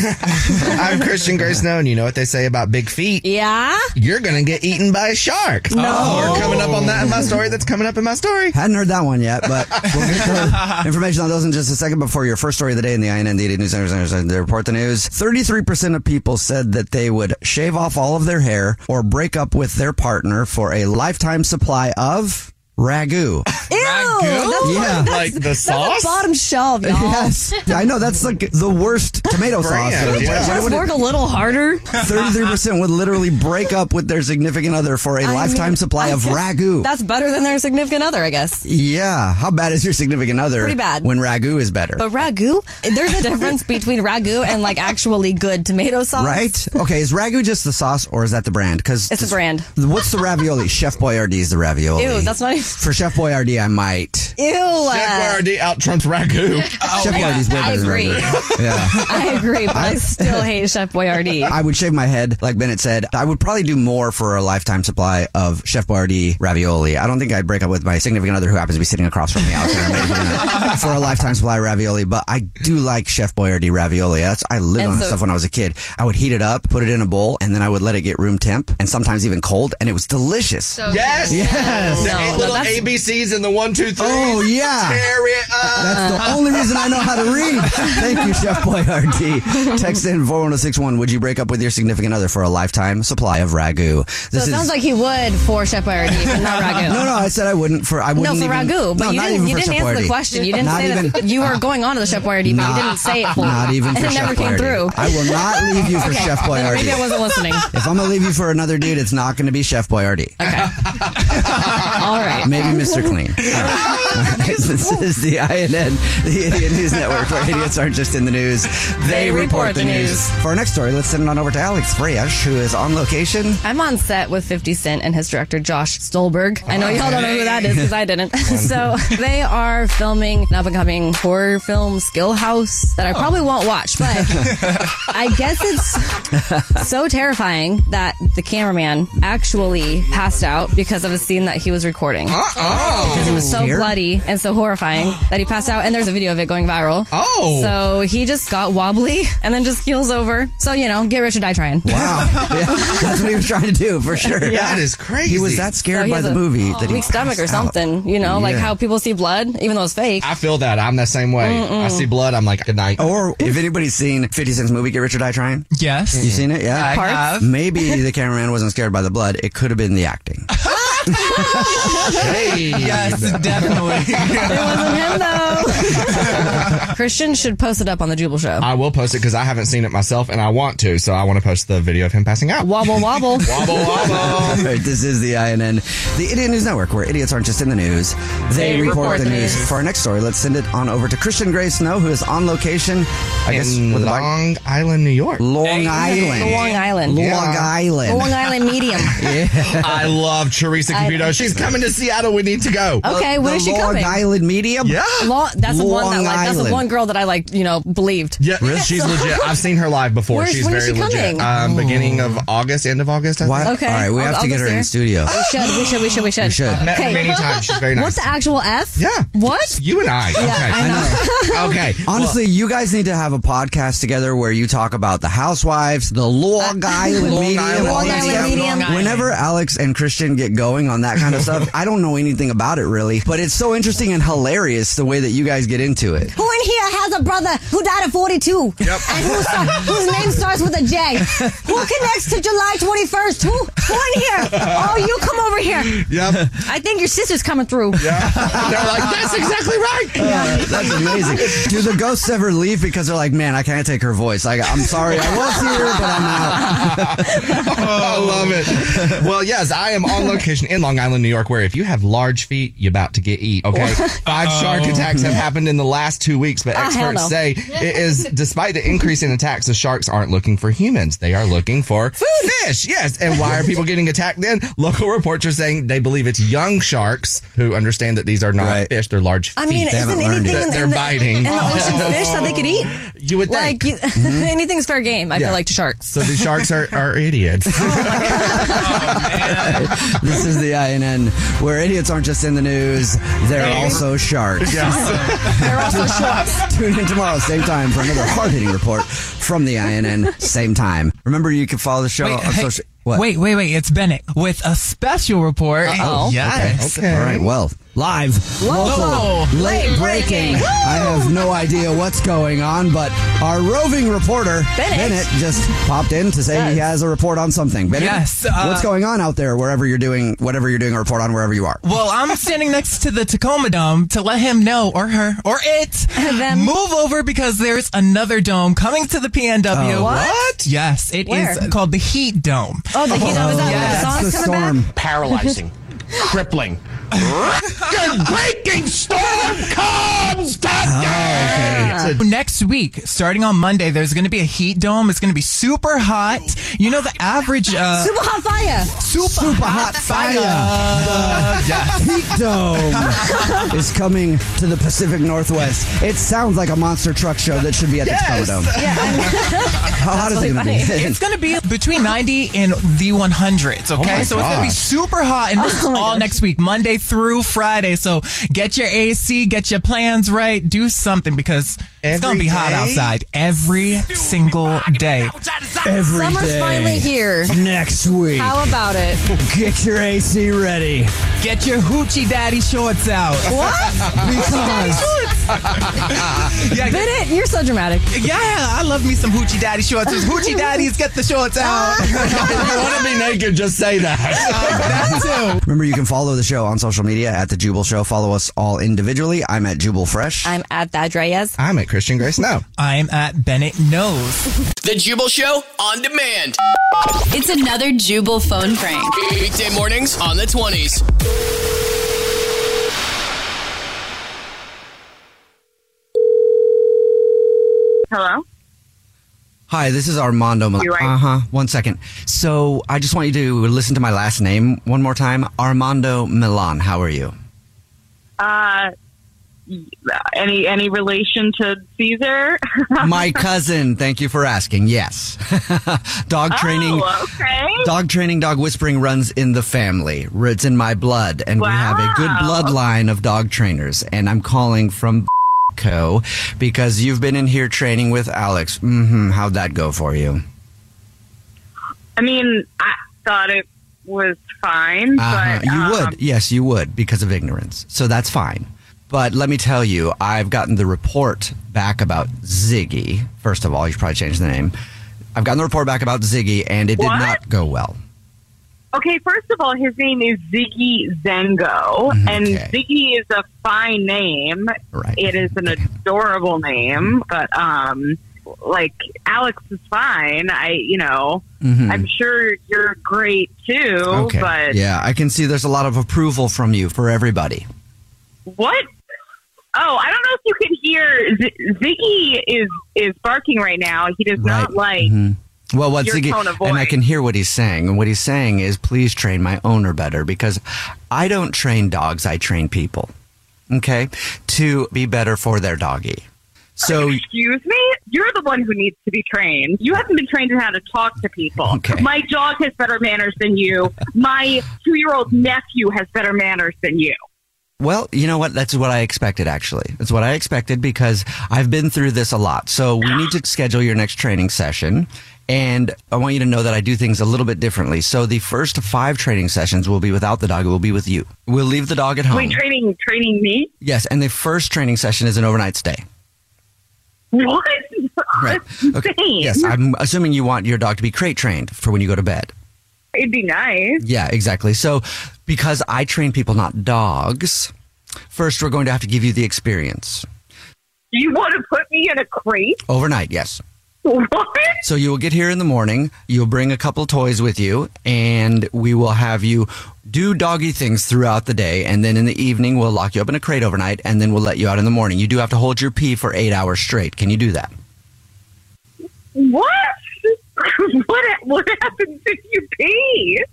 S6: I'm Christian Grace Known. You know what they say about big feet?
S5: Yeah.
S6: You're gonna get eaten by a shark.
S4: No.
S6: we're Oh, coming up on that in my story. That's coming up in my story.
S4: Hadn't heard that one yet, <laughs> but we'll get to information on those in just a second. Before your first story of the day in the INN Daily News Center, Center, Center, they report the news. 33% of people said that they would shave off all of their hair or break up with their partner for a lifetime supply of ragu.
S5: Ew! That's
S4: Yeah.
S5: that's-
S4: Like the
S5: that's
S4: sauce?
S5: bottom shelf, y'all.
S4: Yes, I know that's like the worst tomato
S5: Brand,
S4: sauce.
S5: yeah. Just work a little harder.
S4: Thirty-three percent would literally break up with their significant other for a
S5: I
S4: lifetime
S5: mean,
S4: supply
S5: I
S4: of
S5: guess
S4: ragu.
S5: That's better than their significant other, I guess.
S4: yeah, how bad is your significant other?
S5: Pretty bad.
S4: When ragu is better.
S5: But ragu, there's
S4: <laughs>
S5: a difference between ragu and like actually good tomato sauce.
S4: Right? Okay, is ragu just the sauce or is that the brand? Because
S5: It's a brand.
S4: What's
S5: <laughs>
S4: the ravioli? Chef Boyardee is the ravioli.
S5: Ew, that's not even- <laughs>
S4: For Chef Boyardee, I might.
S5: Ew. uh,
S6: Chef Boyardee out trumps ragu.
S4: Chef Boyardee's way
S5: Oh, I
S4: better
S5: agree.
S4: than ragu. Yeah.
S5: I agree, but
S4: <laughs>
S5: I still hate Chef Boyardee.
S4: I would shave my head, like Bennett said. I would probably do more for a lifetime supply of Chef Boyardee ravioli. I don't think I'd break up with my significant other who happens to be sitting across from me out there maybe, you know, for a lifetime supply of ravioli. But I do like Chef Boyardee ravioli. That's I lived
S5: And
S4: on that
S5: so-
S4: stuff when I was a kid. I would heat it up, put it in a bowl, and then I would let it get room temp and sometimes even cold, and it was delicious.
S6: Yes.
S4: Yes.
S6: The
S4: No,
S6: eight
S4: no,
S6: little
S4: that's-
S6: ABCs and the one, two, three.
S4: Oh,
S5: Ah,
S4: yeah.
S6: Tear it up. Uh-huh.
S4: That's the only reason I know how to read. Thank you, Chef
S5: <laughs>
S4: Boyardee. Text in 41061. Would you break up with your significant other for a lifetime supply of ragu?
S5: so it sounds like he would for Chef Boyardee, but not ragu.
S4: <laughs> No, no, I said I wouldn't for I
S5: no,
S4: wouldn't
S5: for
S4: even,
S5: ragu, but
S4: no,
S5: you
S4: not
S5: didn't.
S4: even
S5: You
S4: for
S5: didn't
S4: Chef
S5: answer the
S4: Boyardee.
S5: question. You didn't
S4: not
S5: say
S4: even,
S5: that you were going on to the Chef Boyardee, but
S4: Not-
S5: you didn't say it. Fully.
S4: Not even
S5: and
S4: for
S5: <laughs> it
S4: Chef
S5: never came
S4: Boyardee.
S5: through.
S4: I will not leave you for
S5: Okay. <laughs>
S4: Chef Boyardee.
S5: Maybe I wasn't listening.
S4: If I'm gonna leave you for another dude, it's not gonna be Chef Boyardee.
S5: All right.
S4: Maybe Mr. Clean.
S6: <laughs>
S4: All right. <laughs> this is the INN, the Idiot News Network, where idiots aren't just in the news, they, report the news. For our next story, let's send it on over to Alex Freyash, who is on location.
S5: I'm on set with 50 Cent and his director Josh Stolberg. I know y'all don't know who that is because I
S6: <laughs>
S5: didn't. so they are filming an up and coming horror film, Skill House,
S6: Oh.
S5: that I probably won't watch, but I guess
S6: <laughs>
S5: it's so terrifying that the cameraman actually passed out because of a scene that he was recording.
S6: Uh-oh.
S5: Because it was so
S6: Here?
S5: bloody and so horrifying
S6: <gasps>
S5: that he passed out, and there's a video of it going viral.
S6: Oh.
S5: So he just got wobbly and then just keels over. So, you know, get rich or die trying.
S4: Wow. Yeah, that's what he was trying to do, for sure.
S5: Yeah. That is
S4: He was that scared by the movie that he
S5: weak stomach or
S4: passed out.
S5: something. You know, like
S6: Yeah.
S5: how people see blood, even though it's fake.
S6: I feel that. I'm the same way.
S5: Mm-mm.
S6: I see blood. I'm like, good night.
S4: Or if anybody's seen 50 Cent's movie Get Rich or Die Trying,
S7: yes,
S4: you seen it, yeah.
S7: I Parts? have.
S4: Maybe the cameraman wasn't scared by the blood. It could have been the acting.
S6: hey.
S7: Yes, definitely.
S5: it wasn't him though. Christian should post it up on the Jubal Show.
S6: I will post it because I haven't seen it myself and I want to. So I want to post the video of him passing out.
S5: Wobble wobble.
S6: Wobble wobble.
S4: <laughs> All right, this is the INN, the Idiot News Network, where idiots aren't just in the news, they,
S6: They
S4: report,
S6: report
S4: the
S6: the
S4: news.
S6: news.
S4: For our next story, let's send it on over to Christian Gray Snow, who is on location I guess,
S6: In
S4: with a bike-
S6: Long Island, New York.
S4: Long Island.
S5: Long Island.
S4: Long Island.
S5: Long Island medium.
S4: Yeah.
S6: I love Teresa
S5: I-
S6: Caputo. She's coming to Seattle. We need to go.
S5: Okay,
S4: <laughs> the
S5: when is she
S4: Long
S5: coming?
S4: Island medium.
S6: Yeah.
S5: Long, that's the one that
S6: Long
S5: like that's the
S6: Island.
S5: one girl that I like, you know, believed. <laughs>
S6: Yeah, she's legit. I've seen her live before.
S5: Where's-
S6: she's
S5: when is
S6: very
S5: she
S6: legit.
S5: coming?
S6: Um, Beginning of August, end of August. I think.
S5: Okay. I'll- I'll go see We should, Oh, we should, we should, we should.
S6: We should. Met her many times.
S5: <laughs>
S6: She's very nice.
S5: What the actual F?
S6: Yeah.
S5: What?
S6: You and I.
S5: Yeah,
S6: okay.
S5: I <laughs> know.
S6: okay.
S4: Honestly, you guys need to have a podcast together where you talk about the housewives, the Long
S6: <laughs>
S4: Island
S6: Long
S4: medium.
S6: Island
S4: all that
S6: medium.
S4: stuff.
S6: Uh, Long Island.
S5: <laughs>
S4: Whenever Alex and Christian get going on that kind
S6: <laughs>
S4: of stuff, I don't know anything about it really, but it's so interesting and hilarious the way that you guys get into it.
S15: Who in here has a brother who died at 42?
S4: Yep.
S15: And who start, whose name starts with a
S6: <laughs>
S15: J? Who connects to July 21st? Who, who in
S6: <laughs>
S15: here? Oh, you come over
S4: <laughs>
S15: here.
S6: Yep.
S15: I think your sister's coming through.
S6: Yeah. <laughs> They're like, that's exactly right.
S4: Uh, that's amazing. Do the ghosts ever leave because they're like, man, I can't take her voice? Like, I'm sorry, I was here, but
S6: <laughs>
S4: I'm out.
S6: I love it. Well, yes, I am on location in Long Island, New York, where if you have large feet, you're about to get eat. Okay. Five shark attacks have happened in the last two weeks, but
S5: Oh, hell
S6: experts
S5: no.
S6: say it is despite the increase in attacks, the sharks aren't looking for humans. They are looking for fish. Yes. And why are people getting attacked then? Local reports are saying they believe it's young sharks who understand that these are not fish, they're large feet.
S5: I mean, isn't anything in
S6: that
S5: the-
S6: they're
S5: in the,
S6: biting.
S5: in the ocean
S6: <laughs>
S5: fish that they could eat?
S6: You would
S5: like <laughs> you, anything's fair game. I
S6: Yeah.
S5: feel <laughs> like to sharks.
S6: So these
S5: <laughs>
S6: sharks are, are
S4: <laughs>
S6: idiots.
S4: Oh, This is the INN, where idiots aren't just in the news, they're
S6: Hey.
S4: also sharks.
S6: Yes.
S5: <laughs> They're
S4: <laughs>
S5: also sharks.
S4: Tune in tomorrow, same time, for another hard hitting report from the INN, same time. Remember, you can follow the show
S7: Wait,
S4: on
S7: hey,
S4: social. What?
S7: Wait, wait, wait. It's Bennett with a special report.
S4: Uh-oh.
S7: Oh, Yes.
S4: Okay. All right. Well, live, local, late breaking. I have no idea what's going on, but our roving reporter Bennett, just popped in to say he has a report on something. Bennett,
S7: Yes, uh,
S4: what's going on out there? Wherever you're doing, whatever you're doing, a report on wherever you are.
S7: Well, I'm standing next to the Tacoma Dome to let him know, or her, or
S5: <laughs>
S7: it, move over because there's another dome coming to the PNW.
S4: Oh, what?
S7: Yes, it is
S5: Where?
S7: called the Heat Dome.
S5: Oh, the heat dome is that when the song's coming back?
S7: Paralyzing.
S5: <laughs>
S6: Crippling.
S7: Good breaking storm comes
S4: Oh,
S7: Next week, starting on Monday, there's going to be a heat dome. It's going to be super hot. You know the average.
S5: <laughs>
S7: Uh,
S15: Super hot fire.
S7: Super, hot, fire. <laughs>
S4: The Heat Dome is coming to the Pacific Northwest. It sounds like a monster truck show that should be at the Tacoma Dome. <laughs> How hot is it going to be? <laughs>
S7: It's going to be between 90 and the 100s, okay?
S4: Oh my
S7: so it's going to be
S4: gosh.
S7: super hot,
S5: <laughs>
S7: and this is
S5: Oh
S7: all next week, Monday through Friday. So get your AC, get your plans right, do something because it's going to be hot
S6: day?
S7: outside every single day.
S4: Every
S5: Summer's
S4: day.
S5: finally here.
S4: Next week.
S5: How about it?
S4: Get your AC ready.
S7: Get your hoochie daddy shorts out.
S4: <laughs> Because.
S7: Yeah,
S5: Bennett, you're so dramatic.
S7: Yeah, I love me some hoochie daddy shorts. Those
S5: <laughs>
S7: Hoochie daddies, get the shorts out.
S6: you want to be naked, just say that.
S4: Remember, you can follow the show on social media at The Jubal Show. Follow us all individually. I'm at Jubal Fresh.
S5: I'm at that Reyes.
S6: I'm at Christian Grace now.
S7: <laughs> I'm at Bennett Knows. <laughs>
S3: The Jubal Show on demand.
S9: It's another Jubal phone prank.
S3: Weekday mornings on the 20s.
S16: Hello?
S4: Hi, this is Armando. Mil-
S16: You're right.
S4: Uh huh. One second. So I just want you to listen to my last name one more time. Armando Milan. How
S16: <laughs>
S4: are you?
S16: Uh, any any relation to Caesar?
S4: my cousin. Thank you for asking. Yes. <laughs> dog training.
S16: <laughs> Oh, okay.
S4: Dog training, dog whispering runs in the family. It's in my blood, and we have a good bloodline of dog trainers. And I'm calling from <laughs> Co. because you've been in here training with Alex. hmm How'd that go for you?
S16: I mean, I thought it was fine,
S4: Uh-huh.
S16: but
S4: you
S16: um,
S4: would, yes, you would, because of ignorance. So that's fine. But let me tell you, I've gotten the report back about Ziggy. First of all, you should probably change the name. I've gotten the report back about Ziggy, and it did
S16: What?
S4: not go well.
S12: Okay, first of all, his name is Ziggy Zengo, and Ziggy is a fine name.
S17: Right.
S12: It is an adorable name, but um, like Alex is fine. I, you know,
S4: Mhm.
S12: I'm sure you're great too.
S4: Okay.
S12: Oh, But
S4: yeah, I can see there's a lot of approval from you for everybody.
S12: what? Oh, I don't know if you can hear. Z- Ziggy is is barking right now. He does not like.
S4: Mhm. Well, what
S12: Your
S4: Ziggy,
S12: tone of
S4: and I
S12: voice.
S4: can hear what he's saying. And what he's saying is, please train my owner better because I don't train dogs, I train people, okay, to be better for their doggy. So,
S12: Excuse me? You're the one who needs to be trained. You haven't been trained in how to talk to people.
S4: Okay.
S12: My dog has better manners than you. My two year old nephew has better manners than you.
S4: well, you know what? That's what I expected, actually. That's what I expected because I've been through this a lot. So, we need to schedule your next training session. And I want you to know that I do things a little bit differently. So, the first five training sessions will be without the dog, it will be with you. We'll leave the dog at home.
S12: Wait, training training me?
S4: Yes, and the first training session is an overnight stay.
S12: What? <laughs>
S4: Right. Okay. Yes, I'm assuming you want your dog to be crate trained for when you go to bed.
S12: It'd be nice.
S4: Yeah, exactly. So, because I train people, not dogs, first we're going to have to give you the experience
S12: You want to put me in a crate?
S4: overnight. Yes.
S12: What?
S4: So you will get here in the morning. You'll bring a couple toys with you, and we will have you do doggy things throughout the day. And then in the evening, we'll lock you up in a crate overnight, and then we'll let you out in the morning. You do have to hold your pee for eight hours straight. Can you do that?
S12: What? <laughs> what what happens if you pee?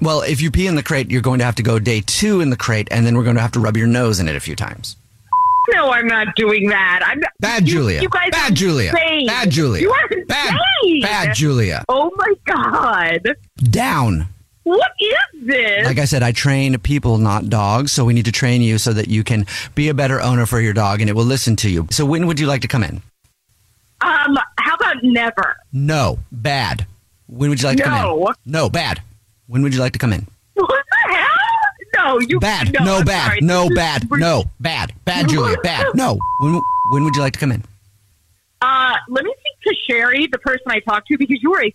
S4: Well, if you pee in the crate, you're going to have to go day two in the crate, and then we're going to have to rub your nose in it a few times.
S12: No, I'm not doing that. I'm not,
S4: Bad
S12: you-
S4: Julia.
S12: You guys
S4: Bad
S12: are
S4: Julia.
S12: insane.
S4: Bad Julia.
S12: You are insane.
S4: Bad- bad Julia.
S12: Oh my god.
S4: Down.
S12: What is this?
S4: Like I said, I train people, not dogs. So we need to train you so that you can be a better owner for your dog and it will listen to you. So when would you like to come in?
S12: um, how about never?
S4: No, bad. When would you like to come
S12: No.
S4: in? No, bad. When would you like to come in?
S12: What the hell? No, you
S4: Bad.
S12: No,
S4: No,
S12: I'm
S4: bad.
S12: sorry.
S4: No,
S12: This is
S4: bad. No, bad.
S12: <laughs>
S4: Bad, Julia. Bad. No. When, when would you like to come in?
S12: Uh, let me speak to Sherry, the person I talked to, because you are a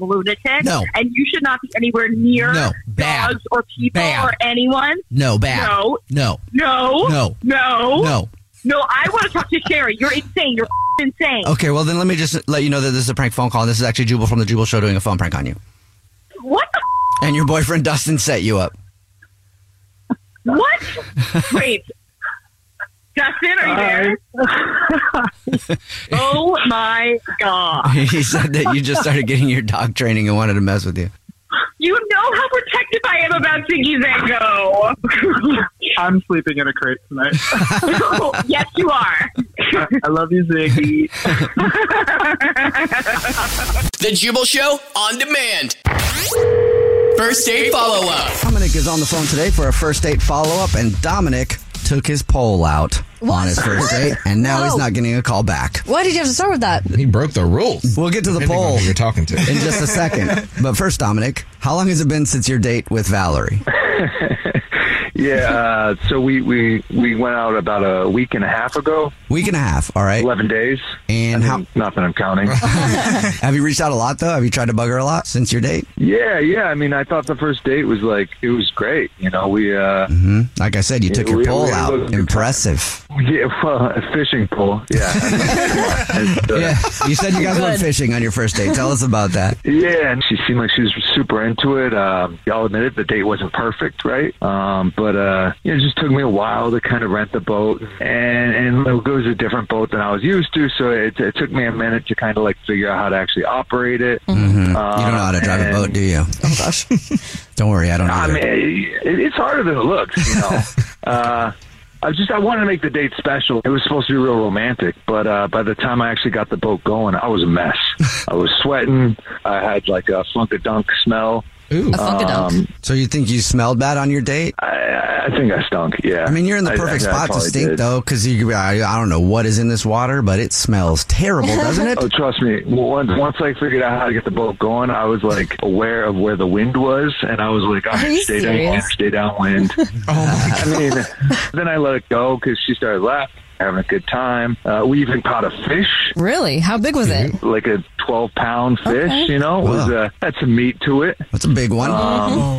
S12: lunatic.
S4: No.
S12: and you should not be anywhere near
S4: No, bad.
S12: dogs or people
S4: Bad.
S12: or anyone.
S4: No, bad.
S12: No.
S4: No.
S12: No.
S4: No.
S12: No.
S4: No.
S12: No, I want to talk to Sherry. You're insane. You're insane.
S4: Okay, well, then let me just let you know that this is a prank phone call. This is actually Jubal from The Jubal Show doing a phone prank on you.
S12: What the
S4: And your boyfriend Dustin set you up.
S12: What? Wait. Justin, are you there? oh my god.
S4: <laughs> he said that you just started getting your dog training and wanted to mess with you.
S12: You know how protective I am about Ziggy Zango.
S18: I'm sleeping in a crate tonight.
S12: <laughs> yes, you are.
S18: I, I love you, Ziggy.
S3: The Jubal Show on demand. First date follow up.
S4: Dominic is on the phone today for a first date follow up, and Dominic took his pole out on his first date, and now he's
S5: Whoa.
S4: not getting a call back.
S5: Why did you have to start with that?
S4: He broke the rules. We'll get to the
S17: Depending on
S4: poll
S17: who you're talking to.
S4: in just
S17: <laughs>
S4: a second. But first, Dominic, how long has it been since your date with Valerie?
S14: Yeah, uh, so we, we we went out about a week and a half ago.
S4: Week and a half, all right.
S14: Eleven days.
S4: And how?
S14: Not that I'm counting.
S4: Have you reached out a lot though? Have you tried to bug her a lot since your date?
S14: <laughs> yeah, yeah. I mean, I thought the first date was like it was great. You know, we uh,
S4: Mm-hmm. Like I said, you took your
S14: We-
S4: pole
S14: we-
S4: out. Impressive.
S14: <laughs> yeah, well, a fishing pole.
S4: <laughs>
S14: Yeah. <laughs> uh,
S4: yeah. You said you guys went fishing on your first date. Tell us about that.
S14: Yeah, and she seemed like she was super into it. Um, I'll admit it, the date wasn't perfect, right? Um, but uh, you know, it just took me a while to kind of rent the boat, and and it was a different boat than I was used to, so it, it took me a minute to kind of like figure out how to actually operate it. Um,
S4: Mhm. you don't know how to drive a
S14: and-
S4: boat, do you? Oh gosh. <laughs> don't worry, I don't
S14: I
S4: either.
S14: mean, it, it's harder than it looks, you know.
S4: <laughs>
S14: uh, I just I wanted to make the date special. It was supposed to be real romantic, but uh, by the time I actually got the boat going, I was a mess. I was sweating. I had like a funkadunk smell.
S4: Ooh.
S14: Um,
S4: so you think you smelled bad on your date?
S14: I, I think I stunk. Yeah.
S4: I mean, you're in the perfect
S14: I
S4: spot to
S14: probably
S4: stink,
S14: did.
S4: though, because you. I, I don't know what is in this water, but it smells terrible,
S14: <laughs>
S4: doesn't it?
S14: Oh, trust me. Once once I figured out how to get the boat going, I was like aware of where the wind was, and I was like,
S19: Are
S14: oh,
S19: you
S14: stay
S19: serious? <laughs>
S4: Oh,
S14: down, stay downwind. oh my I mean, then I let it go because she started laughing. having a good time. Uh, we even caught a fish.
S5: Really? How big was it?
S14: Like a 12 pound fish,
S5: Okay.
S14: you know, It was uh, had some meat to it.
S4: That's a big one.
S19: Oh.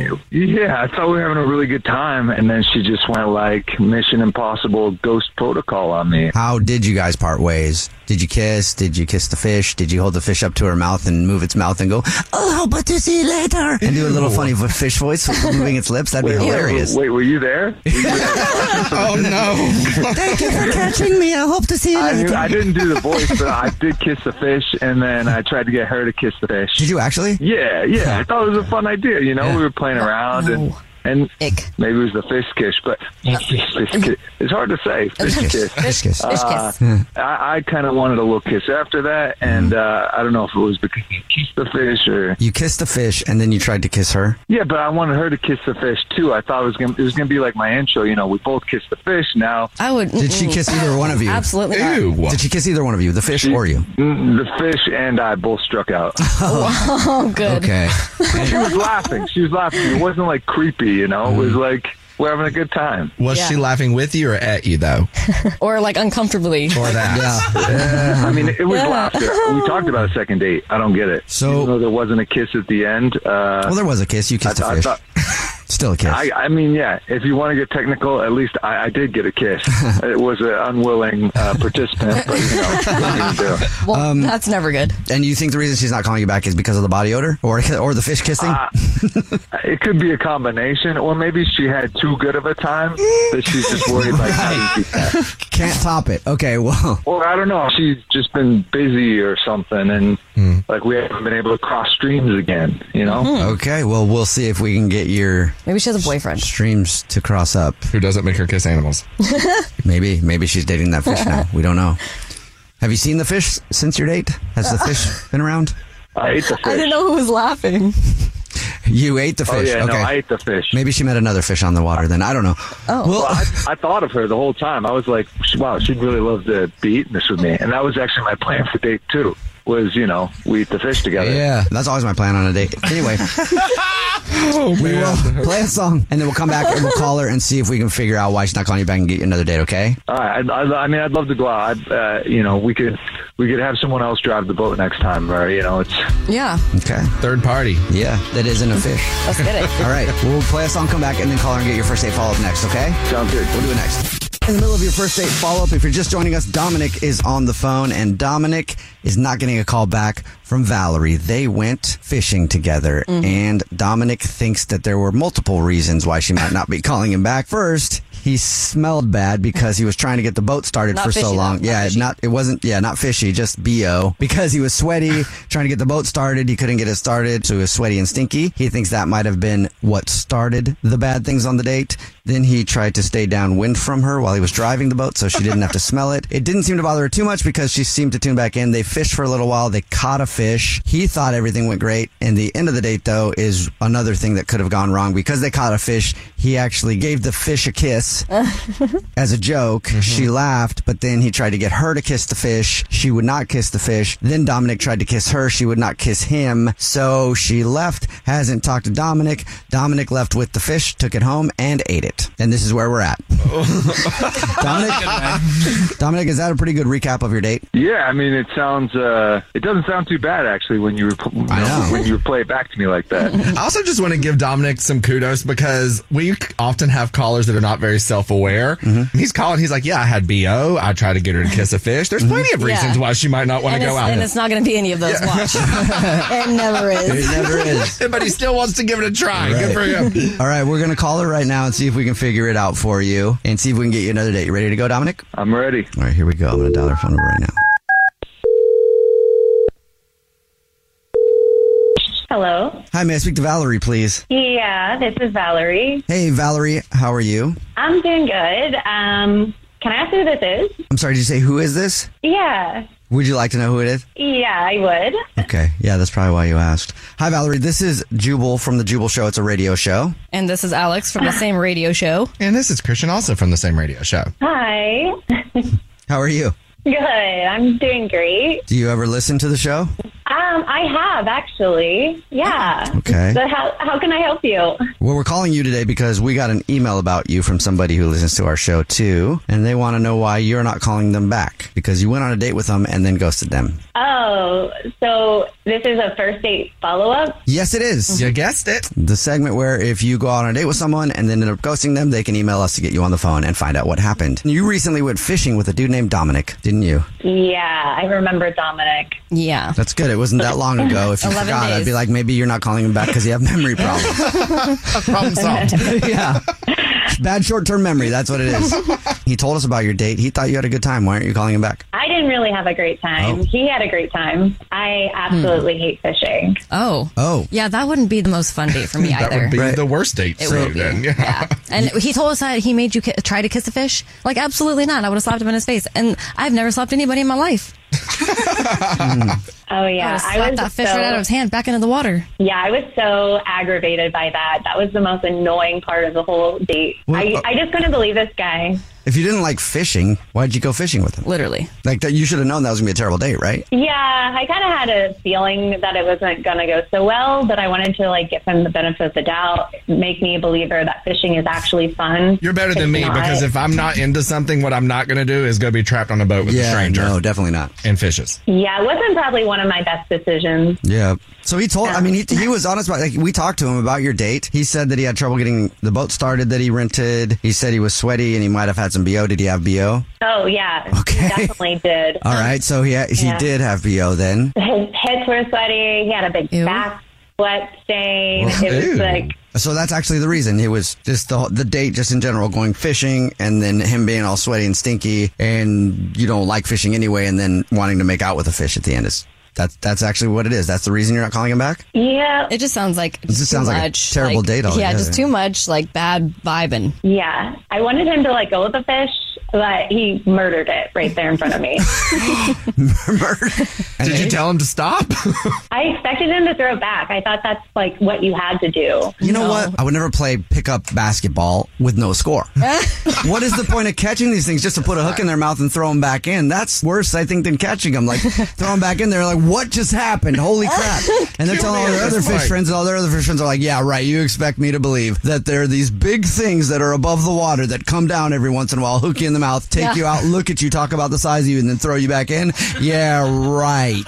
S14: Um, yeah, I thought we were having a really good time, and then she just went like Mission Impossible Ghost Protocol on me.
S4: How did you guys part ways? Did you kiss? Did you kiss the fish? Did you hold the fish up to her mouth and move its mouth and go, oh, how about to see you later? And do a little funny v- fish voice moving its lips? That'd be
S14: Wait,
S4: hilarious.
S14: Wait, were you there?
S4: oh, <laughs>
S14: no.
S15: Thank you for catching me. I hope to see you
S14: I,
S15: later.
S14: knew- I didn't do the voice, but I did kiss the fish, and then I tried to get her to kiss the fish.
S4: Did you actually?
S14: Yeah, yeah. I thought it was a fun idea. You know, we were playing around and. And maybe it was the fish kiss, but fish kiss. it's hard to say. Fish
S15: Fish
S14: kiss.
S15: Fish kiss. Fish
S14: Uh,
S15: kiss.
S14: I, I kind of wanted a little kiss after that, and
S4: Mm.
S14: uh, I don't know if it was because I kissed the fish or
S4: You kissed the fish and then you tried to kiss her?
S14: yeah, but I wanted her to kiss the fish too. I thought it was gonna, it was going to be like my intro. You know, we both kissed the fish. Now
S5: I would.
S4: Did she kiss either one of you?
S5: Absolutely not.
S4: Did she kiss either one of you, the fish or you?
S14: Mm, The fish and I both struck out.
S5: <laughs> Oh, good.
S4: <laughs> Okay.
S14: she was laughing. She was laughing. It wasn't like creepy, you know. It was
S4: Mm.
S14: like we're having a good time.
S6: Was she laughing with you or at you though?
S5: Or like uncomfortably.
S6: Or that?
S14: Yeah, <laughs> I mean, it was
S5: Yeah.
S14: laughter. We talked about a second date. I don't get it. So Even though there wasn't a kiss at the end. Uh,
S4: Well, there was a kiss. You kissed
S14: I,
S4: a
S14: I
S4: fish.
S14: thought-
S4: <laughs> Still a kiss.
S14: I, I mean, yeah. If you want to get technical, at least I, I did get a
S4: <laughs>
S14: kiss. it was an unwilling uh, participant, but you
S4: <laughs>
S14: know, what do you do?
S5: Well, that's never good.
S4: um, And you think the reason she's not calling you back is because of the body odor or <laughs> or the fish kissing?
S14: It could be a combination, or maybe she had too good of a time that she's just worried like how do you keep that?
S4: <laughs> Can't top it. Okay, well,
S14: Or I don't know, she's just been busy or something, and like we haven't been able to cross streams again. You know?
S4: Okay, well, we'll see if we can get your
S5: Hmm. maybe she has a boyfriend
S4: streams to cross up. Who doesn't make her kiss animals? maybe, maybe she's dating that fish
S5: <laughs>
S4: now. We don't know. Have you seen the fish since your date?
S5: <laughs>
S4: Has the fish been around?
S14: I ate the
S5: <laughs> I didn't know who was laughing.
S4: You ate the
S14: Oh,
S4: fish.
S14: yeah, no,
S4: okay.
S14: I ate the fish.
S4: Maybe she met another fish on the water. Then I don't know.
S5: Oh,
S14: well, I, I thought of her the whole time. I was like, wow, she'd really love to be eating this with me, and that was actually my plan for date two. Was you know we eat the fish together.
S4: Yeah, that's always my plan on a date. Anyway, we
S14: <laughs>
S4: will play a song and then we'll come back and we'll call her and see if we can figure out why she's not calling you back and get you another date. Okay?
S14: All right. I, I, I mean, I'd love to go out. I, uh, you know, we could we could have someone else drive the boat next time, or you know, it's
S5: Yeah.
S4: Okay.
S6: Third party.
S4: Yeah, that isn't a fish.
S5: <laughs> Let's get it.
S4: All right, we'll play a song, come back, and then call her and get your first date follow up next. Okay?
S14: Sounds good.
S4: We'll do it next. In the middle of your first date follow up, if you're just joining us, Dominic is on the phone, and Dominic is not getting a call back from Valerie. They went fishing together,
S5: Mm-hmm.
S4: and Dominic thinks that there were multiple reasons why she might not be <laughs> calling him back. First, he smelled bad because he was trying to get the boat started
S1: Not
S4: for so
S1: fishy, though.
S4: long.
S1: Not
S4: yeah, not it wasn't. Yeah, not fishy, just bo because he was sweaty trying to get the boat started. He couldn't get it started, so he was sweaty and stinky. He thinks that might have been what started the bad things on the date. Then he tried to stay downwind from her while he was driving the boat, so she didn't have to smell it. It didn't seem to bother her too much because she seemed to tune back in. They fished for a little while. They caught a fish. He thought everything went great. And the end of the date, though, is another thing that could have gone wrong because they caught a fish. He actually gave the fish a kiss as a joke. She laughed, but then he tried to get her to kiss the fish. She would not kiss the fish. Then Dominic tried to kiss her. She would not kiss him. So she left, hasn't talked to Dominic. Dominic left with the fish, took it home, and ate it. And this is where we're at.
S14: <laughs>
S4: Dominic, Dominic, is that a pretty good recap of your date?
S14: yeah. I mean, it sounds uh, it doesn't sound too bad actually when you, rep- you know, when you play it back to me like
S6: <laughs>
S14: that.
S6: I also just want to give Dominic some kudos because we often have callers that are not very self aware.
S5: Mm-hmm.
S6: He's calling, he's like, Yeah, I had BO. I tried to get her to kiss a fish. There's plenty of
S5: Mm-hmm. Yeah.
S6: reasons why she might not want
S5: and
S6: to go
S5: it's,
S6: out.
S5: And it's not going to be any of those.
S6: <laughs>
S5: Watch. it never is.
S6: but he still wants to give it a try. Good for him.
S4: <laughs> All right, we're going to call her right now and see if we can figure it out for you and see if we can get you another date. You ready to go, Dominic?
S14: I'm ready.
S4: All right, here we go. I'm going to dial her phone number right now.
S20: Hello.
S4: Hi, may I speak to Valerie, please?
S20: Yeah, this is Valerie.
S4: Hey, Valerie, how are you?
S20: I'm doing good. Um, can I ask who this is?
S4: I'm sorry, did you say who is this?
S20: Yeah.
S4: Would you like to know who it is?
S20: Yeah, I would.
S4: Okay. Yeah, that's probably why you asked. Hi, Valerie. This is Jubal from The Jubal Show. It's a radio show.
S5: And this is Alex from the same radio show.
S6: And this is Christian, also from the same radio show.
S20: Hi.
S4: How are you?
S20: Good. I'm doing great.
S4: Do you ever listen to the show?
S20: Uh, Um, I have actually. Yeah.
S5: Oh,
S4: Okay.
S20: So how how can I help you?
S4: Well, we're calling you today because we got an email about you from somebody who listens to our show too, and they want to know why you're not calling them back because you went on a date with them and then ghosted them.
S20: Oh, so this is a first date follow up.
S4: Yes, it is.
S6: You guessed it.
S4: The segment where if you go out on a date with someone and then end up ghosting them, they can email us to get you on the phone and find out what happened. You recently went fishing with a dude named Dominic, didn't you?
S20: Yeah, I remember Dominic.
S4: <laughs>
S5: Yeah.
S4: That's good. It wasn't that long ago. If you
S20: 11
S4: forgot, I'd
S20: days.
S4: be like, maybe you're not calling him back because you have
S6: <laughs>
S4: memory problems.
S5: <laughs>
S6: Problem solved.
S4: yeah. Bad short term memory. That's what it
S6: <laughs>
S4: is. He told us about your date. He thought you had a good time. Why aren't you calling him back?
S20: I didn't really have a great
S6: Oh.
S20: time. He had a great time. I absolutely
S5: Hmm.
S20: hate
S6: <laughs>
S20: fishing.
S5: Oh.
S4: Oh.
S5: Yeah, that wouldn't be the most fun date
S4: <laughs>
S5: for me
S6: that
S5: either.
S6: would be the worst date
S5: It
S6: for you
S5: would be.
S6: then. <laughs> Yeah.
S5: And he told us that he made you ki- try to kiss a fish. Like, absolutely not. I would have slapped him in his face. And I've never slapped anybody in my life.
S6: Hmm.
S20: Oh
S5: I
S20: yeah,
S5: would've slapped that fish right out of his hand back into the water.
S20: Yeah, I was so aggravated by that. That was the most annoying part of the whole date.
S4: Well,
S20: I,
S4: uh,
S20: I just couldn't believe this guy.
S4: If you didn't like fishing, why'd you go fishing with him?
S5: Literally.
S4: Like that, you should have known that was gonna be a terrible date, right?
S20: Yeah, I kind of had a feeling that it wasn't going to go so well, but I wanted to like give him the benefit of the doubt, make me a believer that fishing is actually fun.
S6: You're better than
S20: It's
S6: me
S20: not.
S6: because if I'm not into something, what I'm not going to do is go be trapped on a boat with a
S4: Yeah,
S6: stranger.
S4: no, definitely not.
S6: And fishes.
S20: Yeah, it wasn't probably one of my best decisions.
S4: Yeah. So he told. I mean, he, he was honest about. Like, we talked to him about your date. He said that he had trouble getting the boat started that he rented. He said he was sweaty and he might have had some bo. Did he have bo?
S20: Oh yeah, okay. he definitely did.
S4: All right. So he he
S20: Yeah.
S4: did have bo then.
S20: His heads were sweaty. He had a big back sweat stain.
S4: Well,
S20: it
S4: ew.
S20: was like
S4: So that's actually the reason. It was just the the date, just in general, going fishing, and then him being all sweaty and stinky, and you don't like fishing anyway, and then wanting to make out with a fish at the end is that's that's actually what it is. That's the reason you're not calling him back.
S20: Yeah.
S5: It just sounds like
S4: This
S5: just
S4: sounds
S5: too
S4: like a
S5: much,
S4: terrible
S5: like-
S4: date
S5: Yeah,
S4: altogether.
S5: just too much like bad vibing.
S20: Yeah, I wanted him to let go of the fish, but he murdered it right there in front
S21: <laughs>
S20: of me.
S6: Did you tell him to stop?
S20: I expected him to throw it back. I thought that's like what you had to do.
S4: You know what? I would never play pickup basketball with no score. what is the point of catching these things just to put a hook in their mouth and throw them back in? That's worse, I think, than catching them. Like throw them back in there, like what just happened? Holy crap! And they're
S6: Kill
S4: telling
S6: me
S4: all their
S6: at
S4: other
S6: this
S4: fish
S6: point.
S4: friends, and all their other fish friends are like, "Yeah, right. You expect me to believe that there are these big things that are above the water that come down every once in a while, hook you in the mouth, take
S1: Yeah.
S4: you out, look at you, talk about the size of you, and then throw you back in? Yeah, right."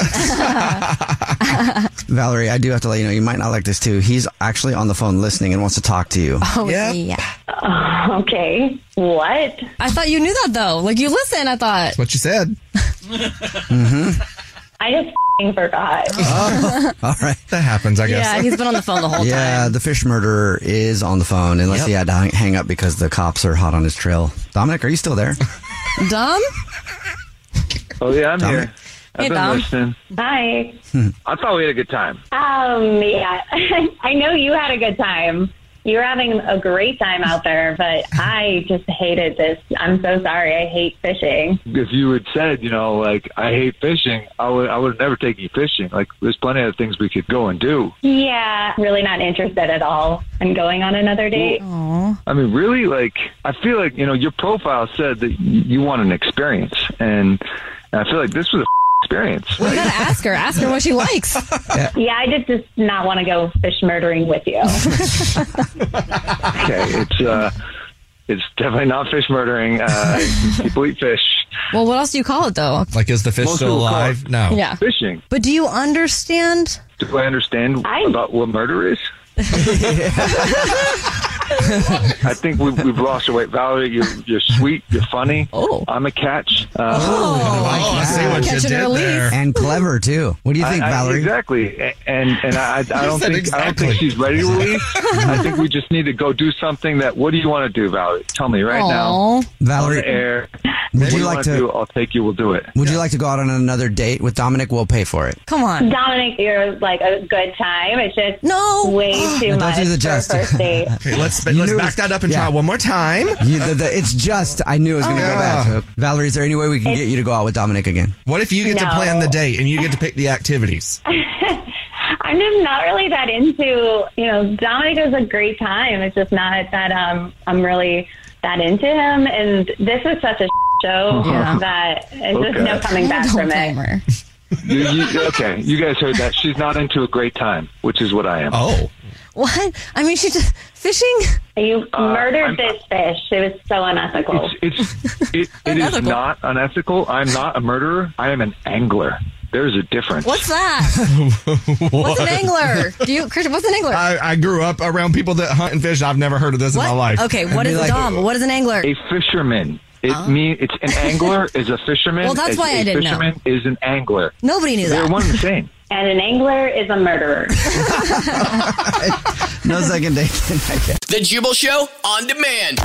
S4: Valerie, I do have to let you know you might not like this too. He's actually on the phone listening and wants to talk to you.
S5: Oh, yeah.
S20: Oh, okay. What?
S5: I thought you knew that though. Like you listen, I
S4: <laughs>
S5: thought.
S6: what you said.
S4: Mm-hmm.
S20: I just fing forgot.
S21: Ah,
S4: All right.
S6: That happens, I guess.
S5: Yeah,
S6: <laughs>
S5: he's been on the phone the whole time.
S4: <laughs> yeah, the fish murderer is on the phone unless
S5: Yep.
S4: he had to hang- hang up because the cops are hot on his trail. Dominic, are you still there?
S5: Dumb?
S21: Oh yeah, I'm
S4: Dom?
S21: here. I've
S4: Hey,
S21: been
S4: Dom.
S21: listening.
S20: Hi.
S21: I thought we had a good time.
S20: Um, yeah, <laughs> I know you had a good time. You were having a great time out there, but I just hated this. I'm so sorry. I hate fishing.
S21: If you had said, you know, like I hate fishing, I would I would have never taken you fishing. Like there's plenty of things we could go and do.
S20: Yeah, really not interested at all in going on another date.
S21: I mean, really, like I feel like you know your profile said that you want an experience, and I feel like this was a experience.
S5: We gotta ask her. Ask her what she likes.
S20: <laughs> Yeah, I did just not want to go fish murdering with you.
S21: Okay, it's uh, it's definitely not fish murdering. Uh,
S6: <laughs>
S21: people eat fish.
S5: Well, what else do you call it though?
S6: Like, is the fish
S21: Most
S6: still
S21: people call
S6: alive?
S21: it
S4: Oh.
S6: No.
S5: Yeah.
S21: Fishing.
S5: But do you understand?
S21: Do I understand about what murder is? I think we've, we've lost your weight, Valerie. You're, you're sweet. You're funny.
S5: Oh,
S21: I'm a catch. Uh,
S6: oh, I see what you did there.
S4: And clever too. What do you think,
S21: I- I-
S4: Valerie?
S21: exactly, A- and and I, I
S6: <laughs>
S21: I don't
S4: said
S21: think I don't think she's ready to leave. I think
S4: <laughs>
S21: we just need to go do something. That what do you want to do, Valerie? Tell me right now.
S4: Valerie-
S21: on the air.
S4: Would
S21: What
S4: you
S21: do
S4: like
S21: wanna
S4: to-
S21: Do? I'll take you. We'll do it.
S4: Would you like to go out on another date with Dominic? We'll pay for it.
S5: <laughs> Come on.
S20: Dominic, you're like a good time. It's just
S5: no. <gasps>
S20: way too
S4: Don't
S20: much
S4: do the
S20: for a
S4: gesture. <laughs>
S20: first date.
S6: Okay, let's let's back that up and try one more time. Ah.
S4: it's just I knew it was going to go bad. So, Valerie, is there any way we can get you to go out with Dominic again?
S6: What if you get to
S20: No.
S6: plan the date and you get to pick
S20: <laughs>
S6: the activities?
S20: I'm just not really that into, you know, Dominic is a great time. It's just not that um, I'm really that into him. And this is such a <laughs> show
S5: Yeah.
S20: that there's just
S5: Okay.
S20: no coming back
S5: Don't
S20: from
S5: blame
S20: it.
S21: You, you, okay, you guys heard that. She's not into a great time, which is what I am.
S6: Oh.
S20: What? I mean, she's just fishing. You
S21: Uh,
S20: murdered this fish. It was so unethical.
S21: It's it, it is
S20: Unethical.
S21: not unethical. I'm not a murderer. I am an angler. There's a difference.
S20: <laughs>
S5: What's that?
S6: <laughs>
S5: What's an angler? Do you, Christian? What's an angler?
S6: I, I grew up around people that hunt and fish. I've never heard of this
S5: what?
S6: in my life.
S5: Okay, what is Dom? What is an
S4: <laughs>
S5: angler?
S21: A fisherman. It
S5: Oh.
S21: mean it's an angler is a fisherman.
S20: Well, that's
S21: as
S20: why
S21: a
S20: I didn't know.
S21: fisherman is an angler.
S20: Nobody
S21: knew They're that. one and the same.
S20: <laughs> And an angler is a murderer.
S4: No second date. Okay.
S3: The Jubal Show on demand.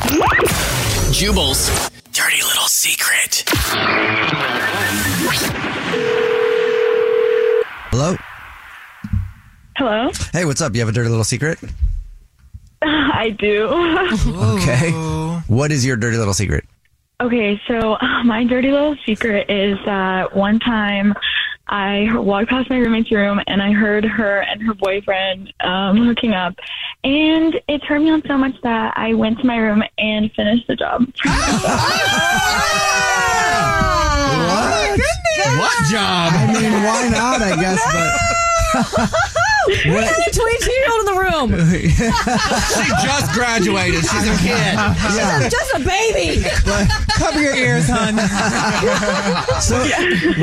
S3: Jubal's dirty little secret.
S4: <laughs> Hello?
S1: Hello?
S4: Hey, what's up? You have a dirty little secret?
S1: <laughs> I do.
S4: Okay. What is your dirty
S6: <laughs>
S4: little secret?
S1: Okay, so uh, my dirty little secret is that one time I walked past my roommate's room and I heard her and her boyfriend um, hooking up, and it turned me on so much that I went to my room and finished the job. <laughs>
S4: What?
S6: What job?
S4: I mean, why not? I guess,
S5: <laughs> We had a 22 year old in the
S4: <laughs>
S5: room.
S6: she just graduated. She's a kid.
S4: Yeah.
S5: Just a baby.
S7: Cover your ears, <laughs> hon.
S4: but so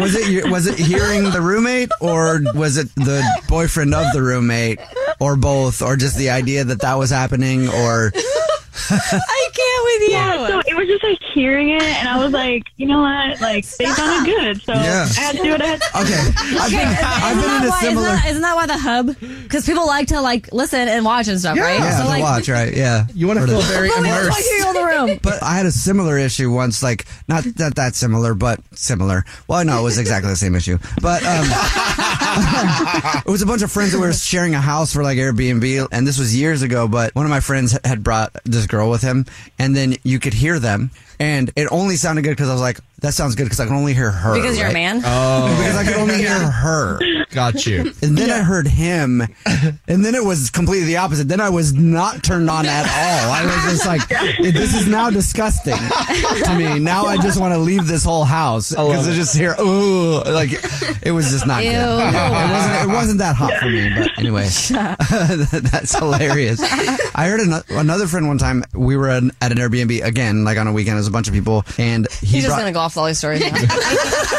S4: was it your, was it hearing the roommate or was it the boyfriend of the roommate or both or just the idea that that was happening or
S1: I can't with you. Yeah, so it was just like hearing it, and I was like, you know what? Like they sounded good, so
S4: Yeah.
S1: I had to do what I had. To
S4: Okay.
S1: I've been- I've been in a
S5: why,
S1: similar-
S5: Isn't that, isn't that why the hub? Because people like to like listen and watch and stuff, right?
S4: Yeah,
S5: so
S4: the
S5: like, <laughs>
S4: watch, right? Yeah. You want to
S5: feel very Well, we have a immersed. 22-year-old in
S4: <laughs>
S5: the room.
S4: But I had a similar issue once, like not that that similar, but similar. Well, no, it was exactly the same issue. But um, <laughs> it was a bunch of friends that were sharing a house for like Airbnb, and this was years ago. But one of my friends had brought this girl with him, and then you could hear them, and it only sounded good because I was like, "That sounds good," because I can only hear her.
S5: Because you're a
S4: right?
S5: man?
S6: Oh.
S4: because I could only hear her.
S6: Got you.
S4: And then I heard him, and then it was completely the opposite. Then I was not turned on at all. I was
S5: <laughs>
S4: just like, this is now disgusting to me. Now I just want to leave this whole house because I just hear, ooh, like it was just not
S5: Ew.
S4: good. Yeah, It wasn't, it wasn't that hot for me,
S5: <laughs>
S4: but anyway, <laughs> that's hilarious. I heard ano- another friend one time, we were an, at an Airbnb again, like on a weekend, it was a bunch of people, and he
S5: he's just
S4: brought-
S5: gonna go off all these stories.
S4: <laughs>
S5: now.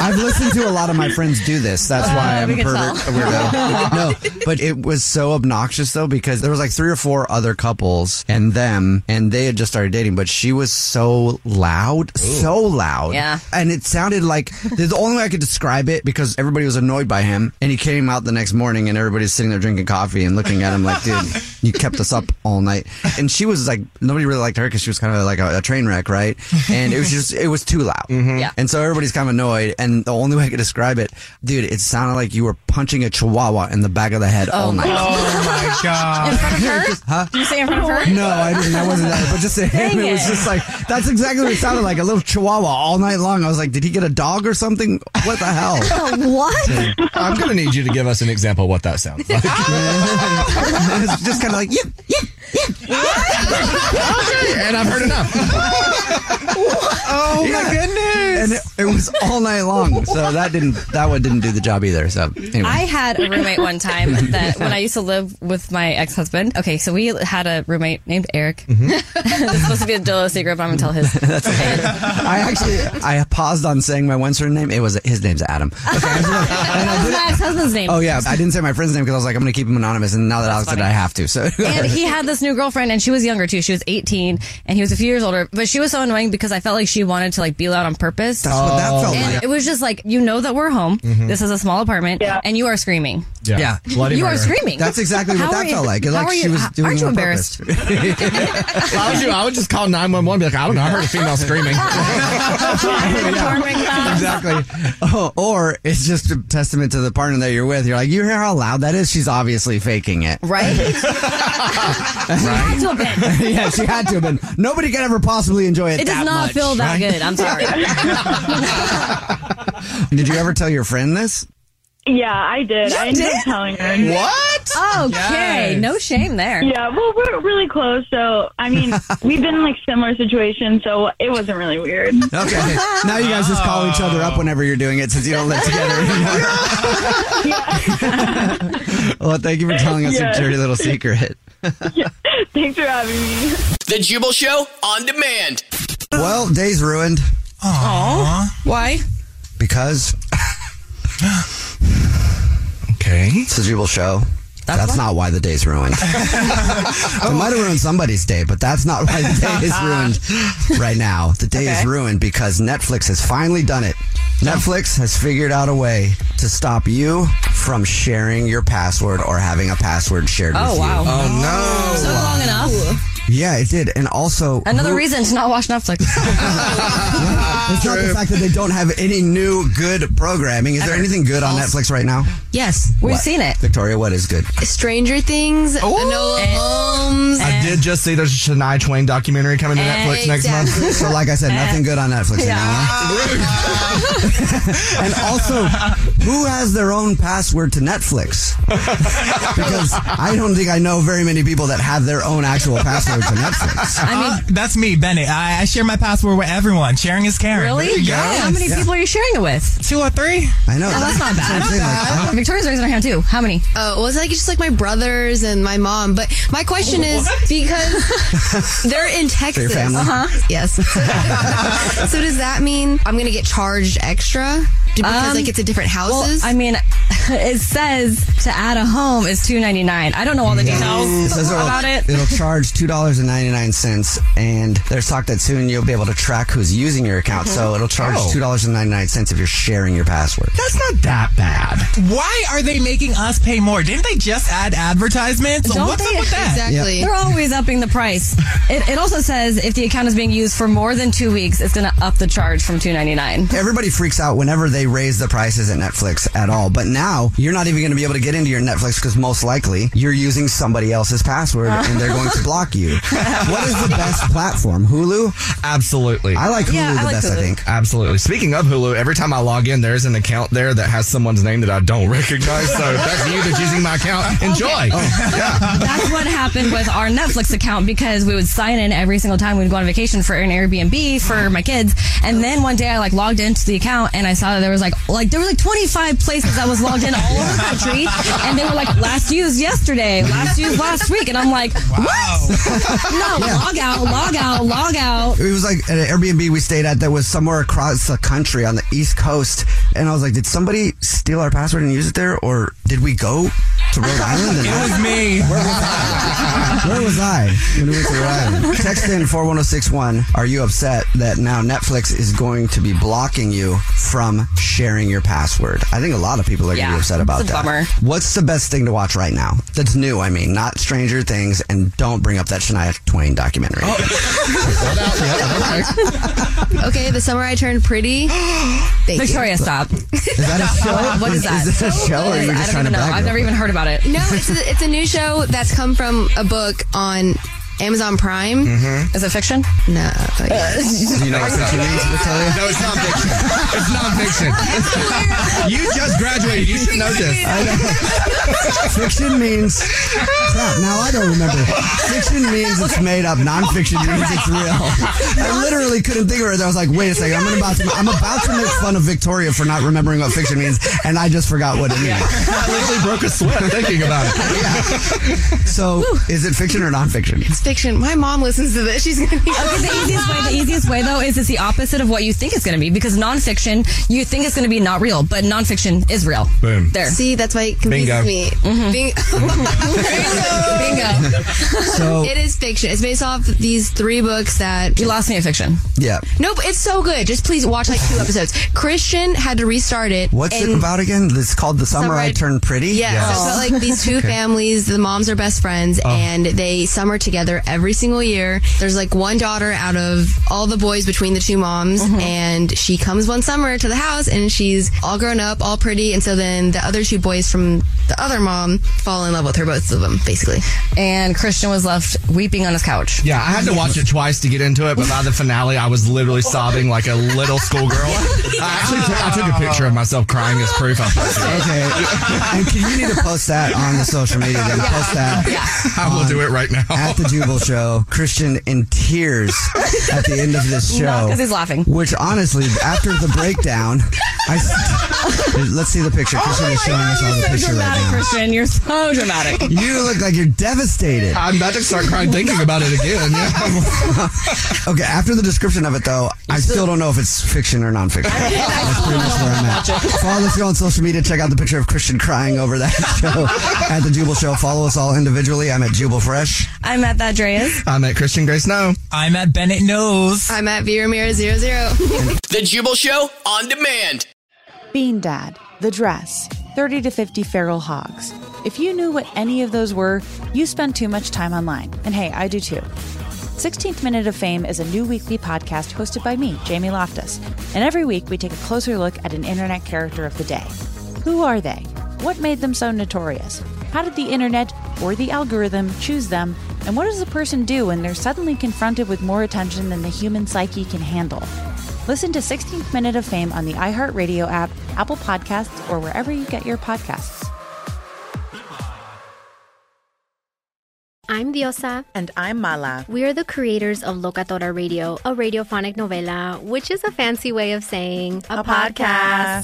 S4: I've listened to a lot of my friends do this. That's why
S5: Uh,
S4: I'm
S5: we
S4: a
S5: can tell.
S4: pervert, a
S5: <laughs>
S4: weirdo. No, but it was so obnoxious though because there was like three or four other couples and them, and they had just started dating. But she was so loud, so loud,
S5: Yeah.
S4: And it sounded like the only way I could describe it because everybody was annoyed by him, and he came out the next morning, and everybody's sitting there drinking coffee and looking at him like, dude, you kept us up all night. And she was like, nobody really liked her because she was kind of like a, a train wreck, right? And it was just, it was too loud.
S7: Mm-hmm.
S5: Yeah.
S4: And so everybody's kind of annoyed. And the only way I could describe it, dude, it sounded like you were punching a chihuahwa in the back of the head all night.
S7: oh
S5: <laughs>
S7: my god. <laughs>
S4: Huh?
S5: Oh. Did you say in front of her?
S4: No, I didn't. That wasn't that. But just to him,
S5: Dang
S4: <laughs> it. was
S5: it.
S4: just like that's exactly what it sounded like—a little chihuahua all night long. I was like, did he get a dog or something? What the hell?
S5: <laughs> what?
S6: <laughs> I'm going to need you to give us an example of what that sounds like.
S4: <laughs> it's just kind of like, yep,
S6: okay, and I've heard enough.
S7: oh my goodness.
S4: and it, it was all night long. So that didn't that one didn't do the job either. So anyway,
S5: I had a roommate one time
S4: <laughs>
S5: that when I used to live with my ex husband. Okay, so we had a roommate named Eric. <laughs>
S4: Mm-hmm.
S5: this is supposed to be a Dolo secret, but I'm gonna tell
S4: <laughs>
S5: his. That's
S4: I actually I paused on saying my one certain name. It was his name's Adam.
S5: That was my ex husband's name.
S4: Oh yeah, I didn't say my friend's name because I was like, I'm going to keep him anonymous, and now that Alex said I have to. <laughs> So
S5: and he had this new girlfriend and she was younger too she was 18 and he was a few years older but she was so annoying because i felt like she wanted to like be loud on purpose
S4: That's what that felt
S5: and
S4: like.
S5: it was just like you know that we're home
S4: Mhm.
S5: this is a small apartment and you are screaming
S4: yeah,
S5: Bloody you are murder. screaming.
S4: That's exactly what
S5: How are
S4: that
S5: you-
S4: felt like. It's
S5: how
S4: like
S5: are
S4: she
S5: you-
S4: was
S5: how-
S4: doing
S5: aren't you
S4: it on purpose.
S6: If I was you, I would just call 911 be like, I don't know, I heard a
S5: <laughs>
S6: female screaming.
S4: exactly. <laughs> Oh, or it's just a testament to the partner that you're with. You're like, you hear how loud that is? She's obviously faking it.
S5: right to have
S4: <laughs> yeah, she had to have been. Nobody could ever possibly enjoy it.
S5: it does
S4: that
S5: not
S4: much,
S5: feel that
S4: right?
S5: good i'm sorry
S4: Did you ever tell your friend this?
S1: Yeah, I did.
S5: You
S1: I ended
S5: did?
S1: up telling
S5: <laughs>
S1: her.
S5: What? Okay, Yes. no shame there.
S1: Yeah, well, we're really close, so I mean, we've been in like similar situations, so it wasn't really weird.
S5: <laughs>
S4: Okay. <laughs> Now you guys just call each other up whenever you're doing it since you don't live together anymore.
S5: <laughs>
S4: <laughs> well, thank you for telling us
S3: Yes.
S4: your dirty little secret.
S1: Thanks for having me.
S3: The Jubal Show on demand.
S4: Well, day's ruined.
S3: Aww.
S4: Why? Because. okay. It's a Jubal show. That's, not why the day's ruined. It
S6: Oh.
S4: might have ruined somebody's day, but that's not why the day is
S5: <laughs>
S4: ruined right now. The day is ruined because Netflix has finally done it. Netflix has figured out a way to stop you from sharing your password or having a password shared with
S5: Oh
S4: you.
S5: wow. So long enough.
S4: Yeah, it did. And also
S5: Another
S4: who-
S5: reason to not watch
S4: <laughs>
S5: Netflix. <laughs>
S4: It's not the fact that they don't have any new good programming. Is there anything good on Netflix right now?
S5: yes, we've
S4: What?
S5: seen it.
S4: Victoria, what is good?
S8: Stranger Things, Enola Holmes.
S6: I did just see there's a Shania Twain documentary coming to Netflix next month.
S8: Exactly.
S4: So, like I said, nothing good on Netflix right now. and also, who has their own password
S5: <laughs>
S4: to Netflix? Because I don't think I know very many people that have their own actual password to Netflix.
S7: I mean, Uh, that's me, Bennett. I, I share my password with everyone. Sharing is caring.
S5: Really? Yeah. How many people are you sharing it with?
S7: Two or three.
S4: I know.
S5: No, that's not bad.
S8: Not bad.
S5: Oh, Victoria's raising her hand too. How many?
S8: Oh, well, it's like just like my brothers and my mom. But my question is
S4: <laughs>
S8: because they're in Texas.
S5: family?
S8: Uh-huh. Yes. <laughs> so does that mean I'm gonna get charged extra Do- because
S5: Um,
S8: like it's a different
S5: well,
S8: houses?
S5: I mean, <laughs> it says to add a home is two ninety nine. I don't know all the details
S4: It says it'll,
S5: about it.
S4: will charge two dollars and ninety nine cents, and there's talk that soon you'll be able to track who's using your account. So
S5: Mm-hmm.
S7: Mhm.
S4: it'll charge
S7: Oh.
S4: two dollars and ninety nine cents if you're sharing your password. That's not that bad.
S7: Why are they making us pay more? Didn't they just add advertisements?
S5: Don't
S7: What's
S5: they?
S7: up with that?
S5: Exactly. They're always upping the price. It, it also says if the account is being used for more than two weeks, it's going to up the charge from two ninety nine.
S4: Everybody freaks out whenever they raise the prices at Netflix at all. But now you're not even going to be able to get into your Netflix because most likely you're using somebody else's password and they're going to block you. What is the best platform? Hulu?
S6: Absolutely.
S4: I like Hulu Yeah, I the like best, I Hulu. think.
S6: Absolutely. Speaking of Hulu, every time I log in, there's an account there that has someone's name that I don't recognize. So if that's you that's using my
S4: <laughs>
S6: account, enjoy.
S4: Oh.
S5: That's what happened with our Netflix account because we would sign in every single time we'd go on vacation for an Airbnb for my kids. And then one day I like logged into the account and I saw that there was like like there was like 25 places I was logged in all over the country and they were like last used yesterday, last used last week and I'm like, "What? <laughs> no,
S4: Yeah.
S5: log out, log out, log out."
S4: It was like at an Airbnb we stayed at that was somewhere across the country on the East Coast. And I was like, did somebody steal our password and use it there? Or did we go to Rhode Island? And
S7: It was me.
S4: Where was I when we went to Rhode Island? Text in 41061. Are you upset that now Netflix is going to be blocking you from sharing your password? I think a lot of people are going to
S5: Yeah,
S4: be upset about
S5: it's a
S4: that.
S5: bummer.
S4: What's the best thing to watch right now? That's new, I mean, not Stranger Things, and don't bring up that Shania Twain documentary.
S8: okay, the summer I turned
S4: <gasps>
S8: pretty. Thank
S5: Victoria,
S8: you.
S5: <laughs> stop.
S4: Is that a show?
S5: What is that?
S4: Is that a show? Or are you
S5: I
S4: just
S5: don't
S4: trying to
S5: even know.
S4: brag
S5: I've never
S4: real
S5: even heard about it.
S8: No, it's a, it's a new show that's come from a book on Amazon Prime.
S5: Mm-hmm. Is it fiction?
S8: No.
S4: <laughs> Do you know what fiction means, Victoria?
S6: No, it's not fiction. It's not fiction. you just graduated. You should know this.
S4: Fiction means crap. Now I don't remember. Fiction means it's made up. Non-fiction means it's real. I literally couldn't think of it. I was like, wait a second. I'm about to. I'm about to make fun of Victoria for not remembering what fiction means, and I just forgot what it means.
S6: I literally broke a sweat thinking about it.
S4: So, is it fiction or non-fiction?
S8: It's <laughs> fiction. My mom
S5: <laughs>
S8: listens to this. She's gonna be
S5: Okay,
S8: <laughs>
S5: the easiest way, the easiest way though is it's the opposite of what you think it's going to be because nonfiction you think it's going to be not real, but nonfiction is real.
S6: Boom.
S5: There. Mm-hmm.
S8: See, that's why it confuses
S5: Bingo.
S8: me. Bing- Bingo.
S4: So-
S8: it is fiction. It's based off these three books that
S5: you lost me at fiction.
S4: Yeah.
S8: Nope, it's so good. Just please watch like two episodes. Christian had to restart it.
S4: What's
S8: and-
S4: it about again? It's called "The Summer,
S8: Summer
S4: I
S8: I-
S4: Turned Pretty."
S8: Yeah, so it's about like these two
S4: Okay.
S8: families. The moms are best friends,
S6: Oh.
S8: and they summer together every single year. There's like one daughter out of all the boys between the two moms,
S5: Mm-hmm.
S8: and she comes one summer to the house, and she's all grown up, all pretty. And so then the other two boys from the other mom fall in love with her, both of them, basically.
S5: And Christian was left weeping on his couch.
S6: Yeah, I had to watch it twice to get into it, but by the finale, I was literally sobbing like a little schoolgirl. I actually took, I took a picture of myself crying as proof. I'll post it.
S5: <laughs>
S4: Okay. And can you need to post that on the social media? Then post that.
S6: I will do it right now.
S4: at the Jubal Show, Christian in tears at the end of this show.
S5: No, 'cause he's laughing.
S4: Which honestly, after the breakdown, I s- <laughs> let's see the
S5: Oh
S4: picture. Christian is showing us all the
S5: You're so
S4: picture right
S5: dramatic,
S4: now.
S5: Christian. You're so dramatic.
S4: You look like you're devastated.
S6: I'm about to <laughs> <laughs> start crying thinking about it again.
S4: <laughs>
S6: <laughs>
S4: okay, after the description of it, though, I still don't know if it's fiction or nonfiction. That's pretty much where I'm at. Follow the show on social media. Check out the picture of Christian crying over that <laughs> show at the Jubal Show. Follow us all individually. I'm at Jubal Fresh.
S5: I'm at that Dreas.
S6: I'm at Christian Grace No.
S7: I'm at Bennett Knows.
S8: I'm at V Ramirez 00.
S3: The Jubal Show on demand.
S22: Bean Dad, The Dress, 30 to 50 Feral Hogs. If you knew what any of those were, you spend too much time online. And hey, I do too. 16th Minute of Fame is a new weekly podcast hosted by me, Jamie Loftus. And every week we take a closer look at an internet character of the day. Who are they? What made them so notorious? How did the internet or the algorithm choose them? And what does a person do when they're suddenly confronted with more attention than the human psyche can handle? Listen to 16th Minute of Fame on the iHeartRadio app, Apple Podcasts, or wherever you get your podcasts.
S23: I'm Diosa.
S22: And I'm Mala.
S23: We are the creators of Locatora Radio, a radiophonic novela, which is a fancy way of saying a,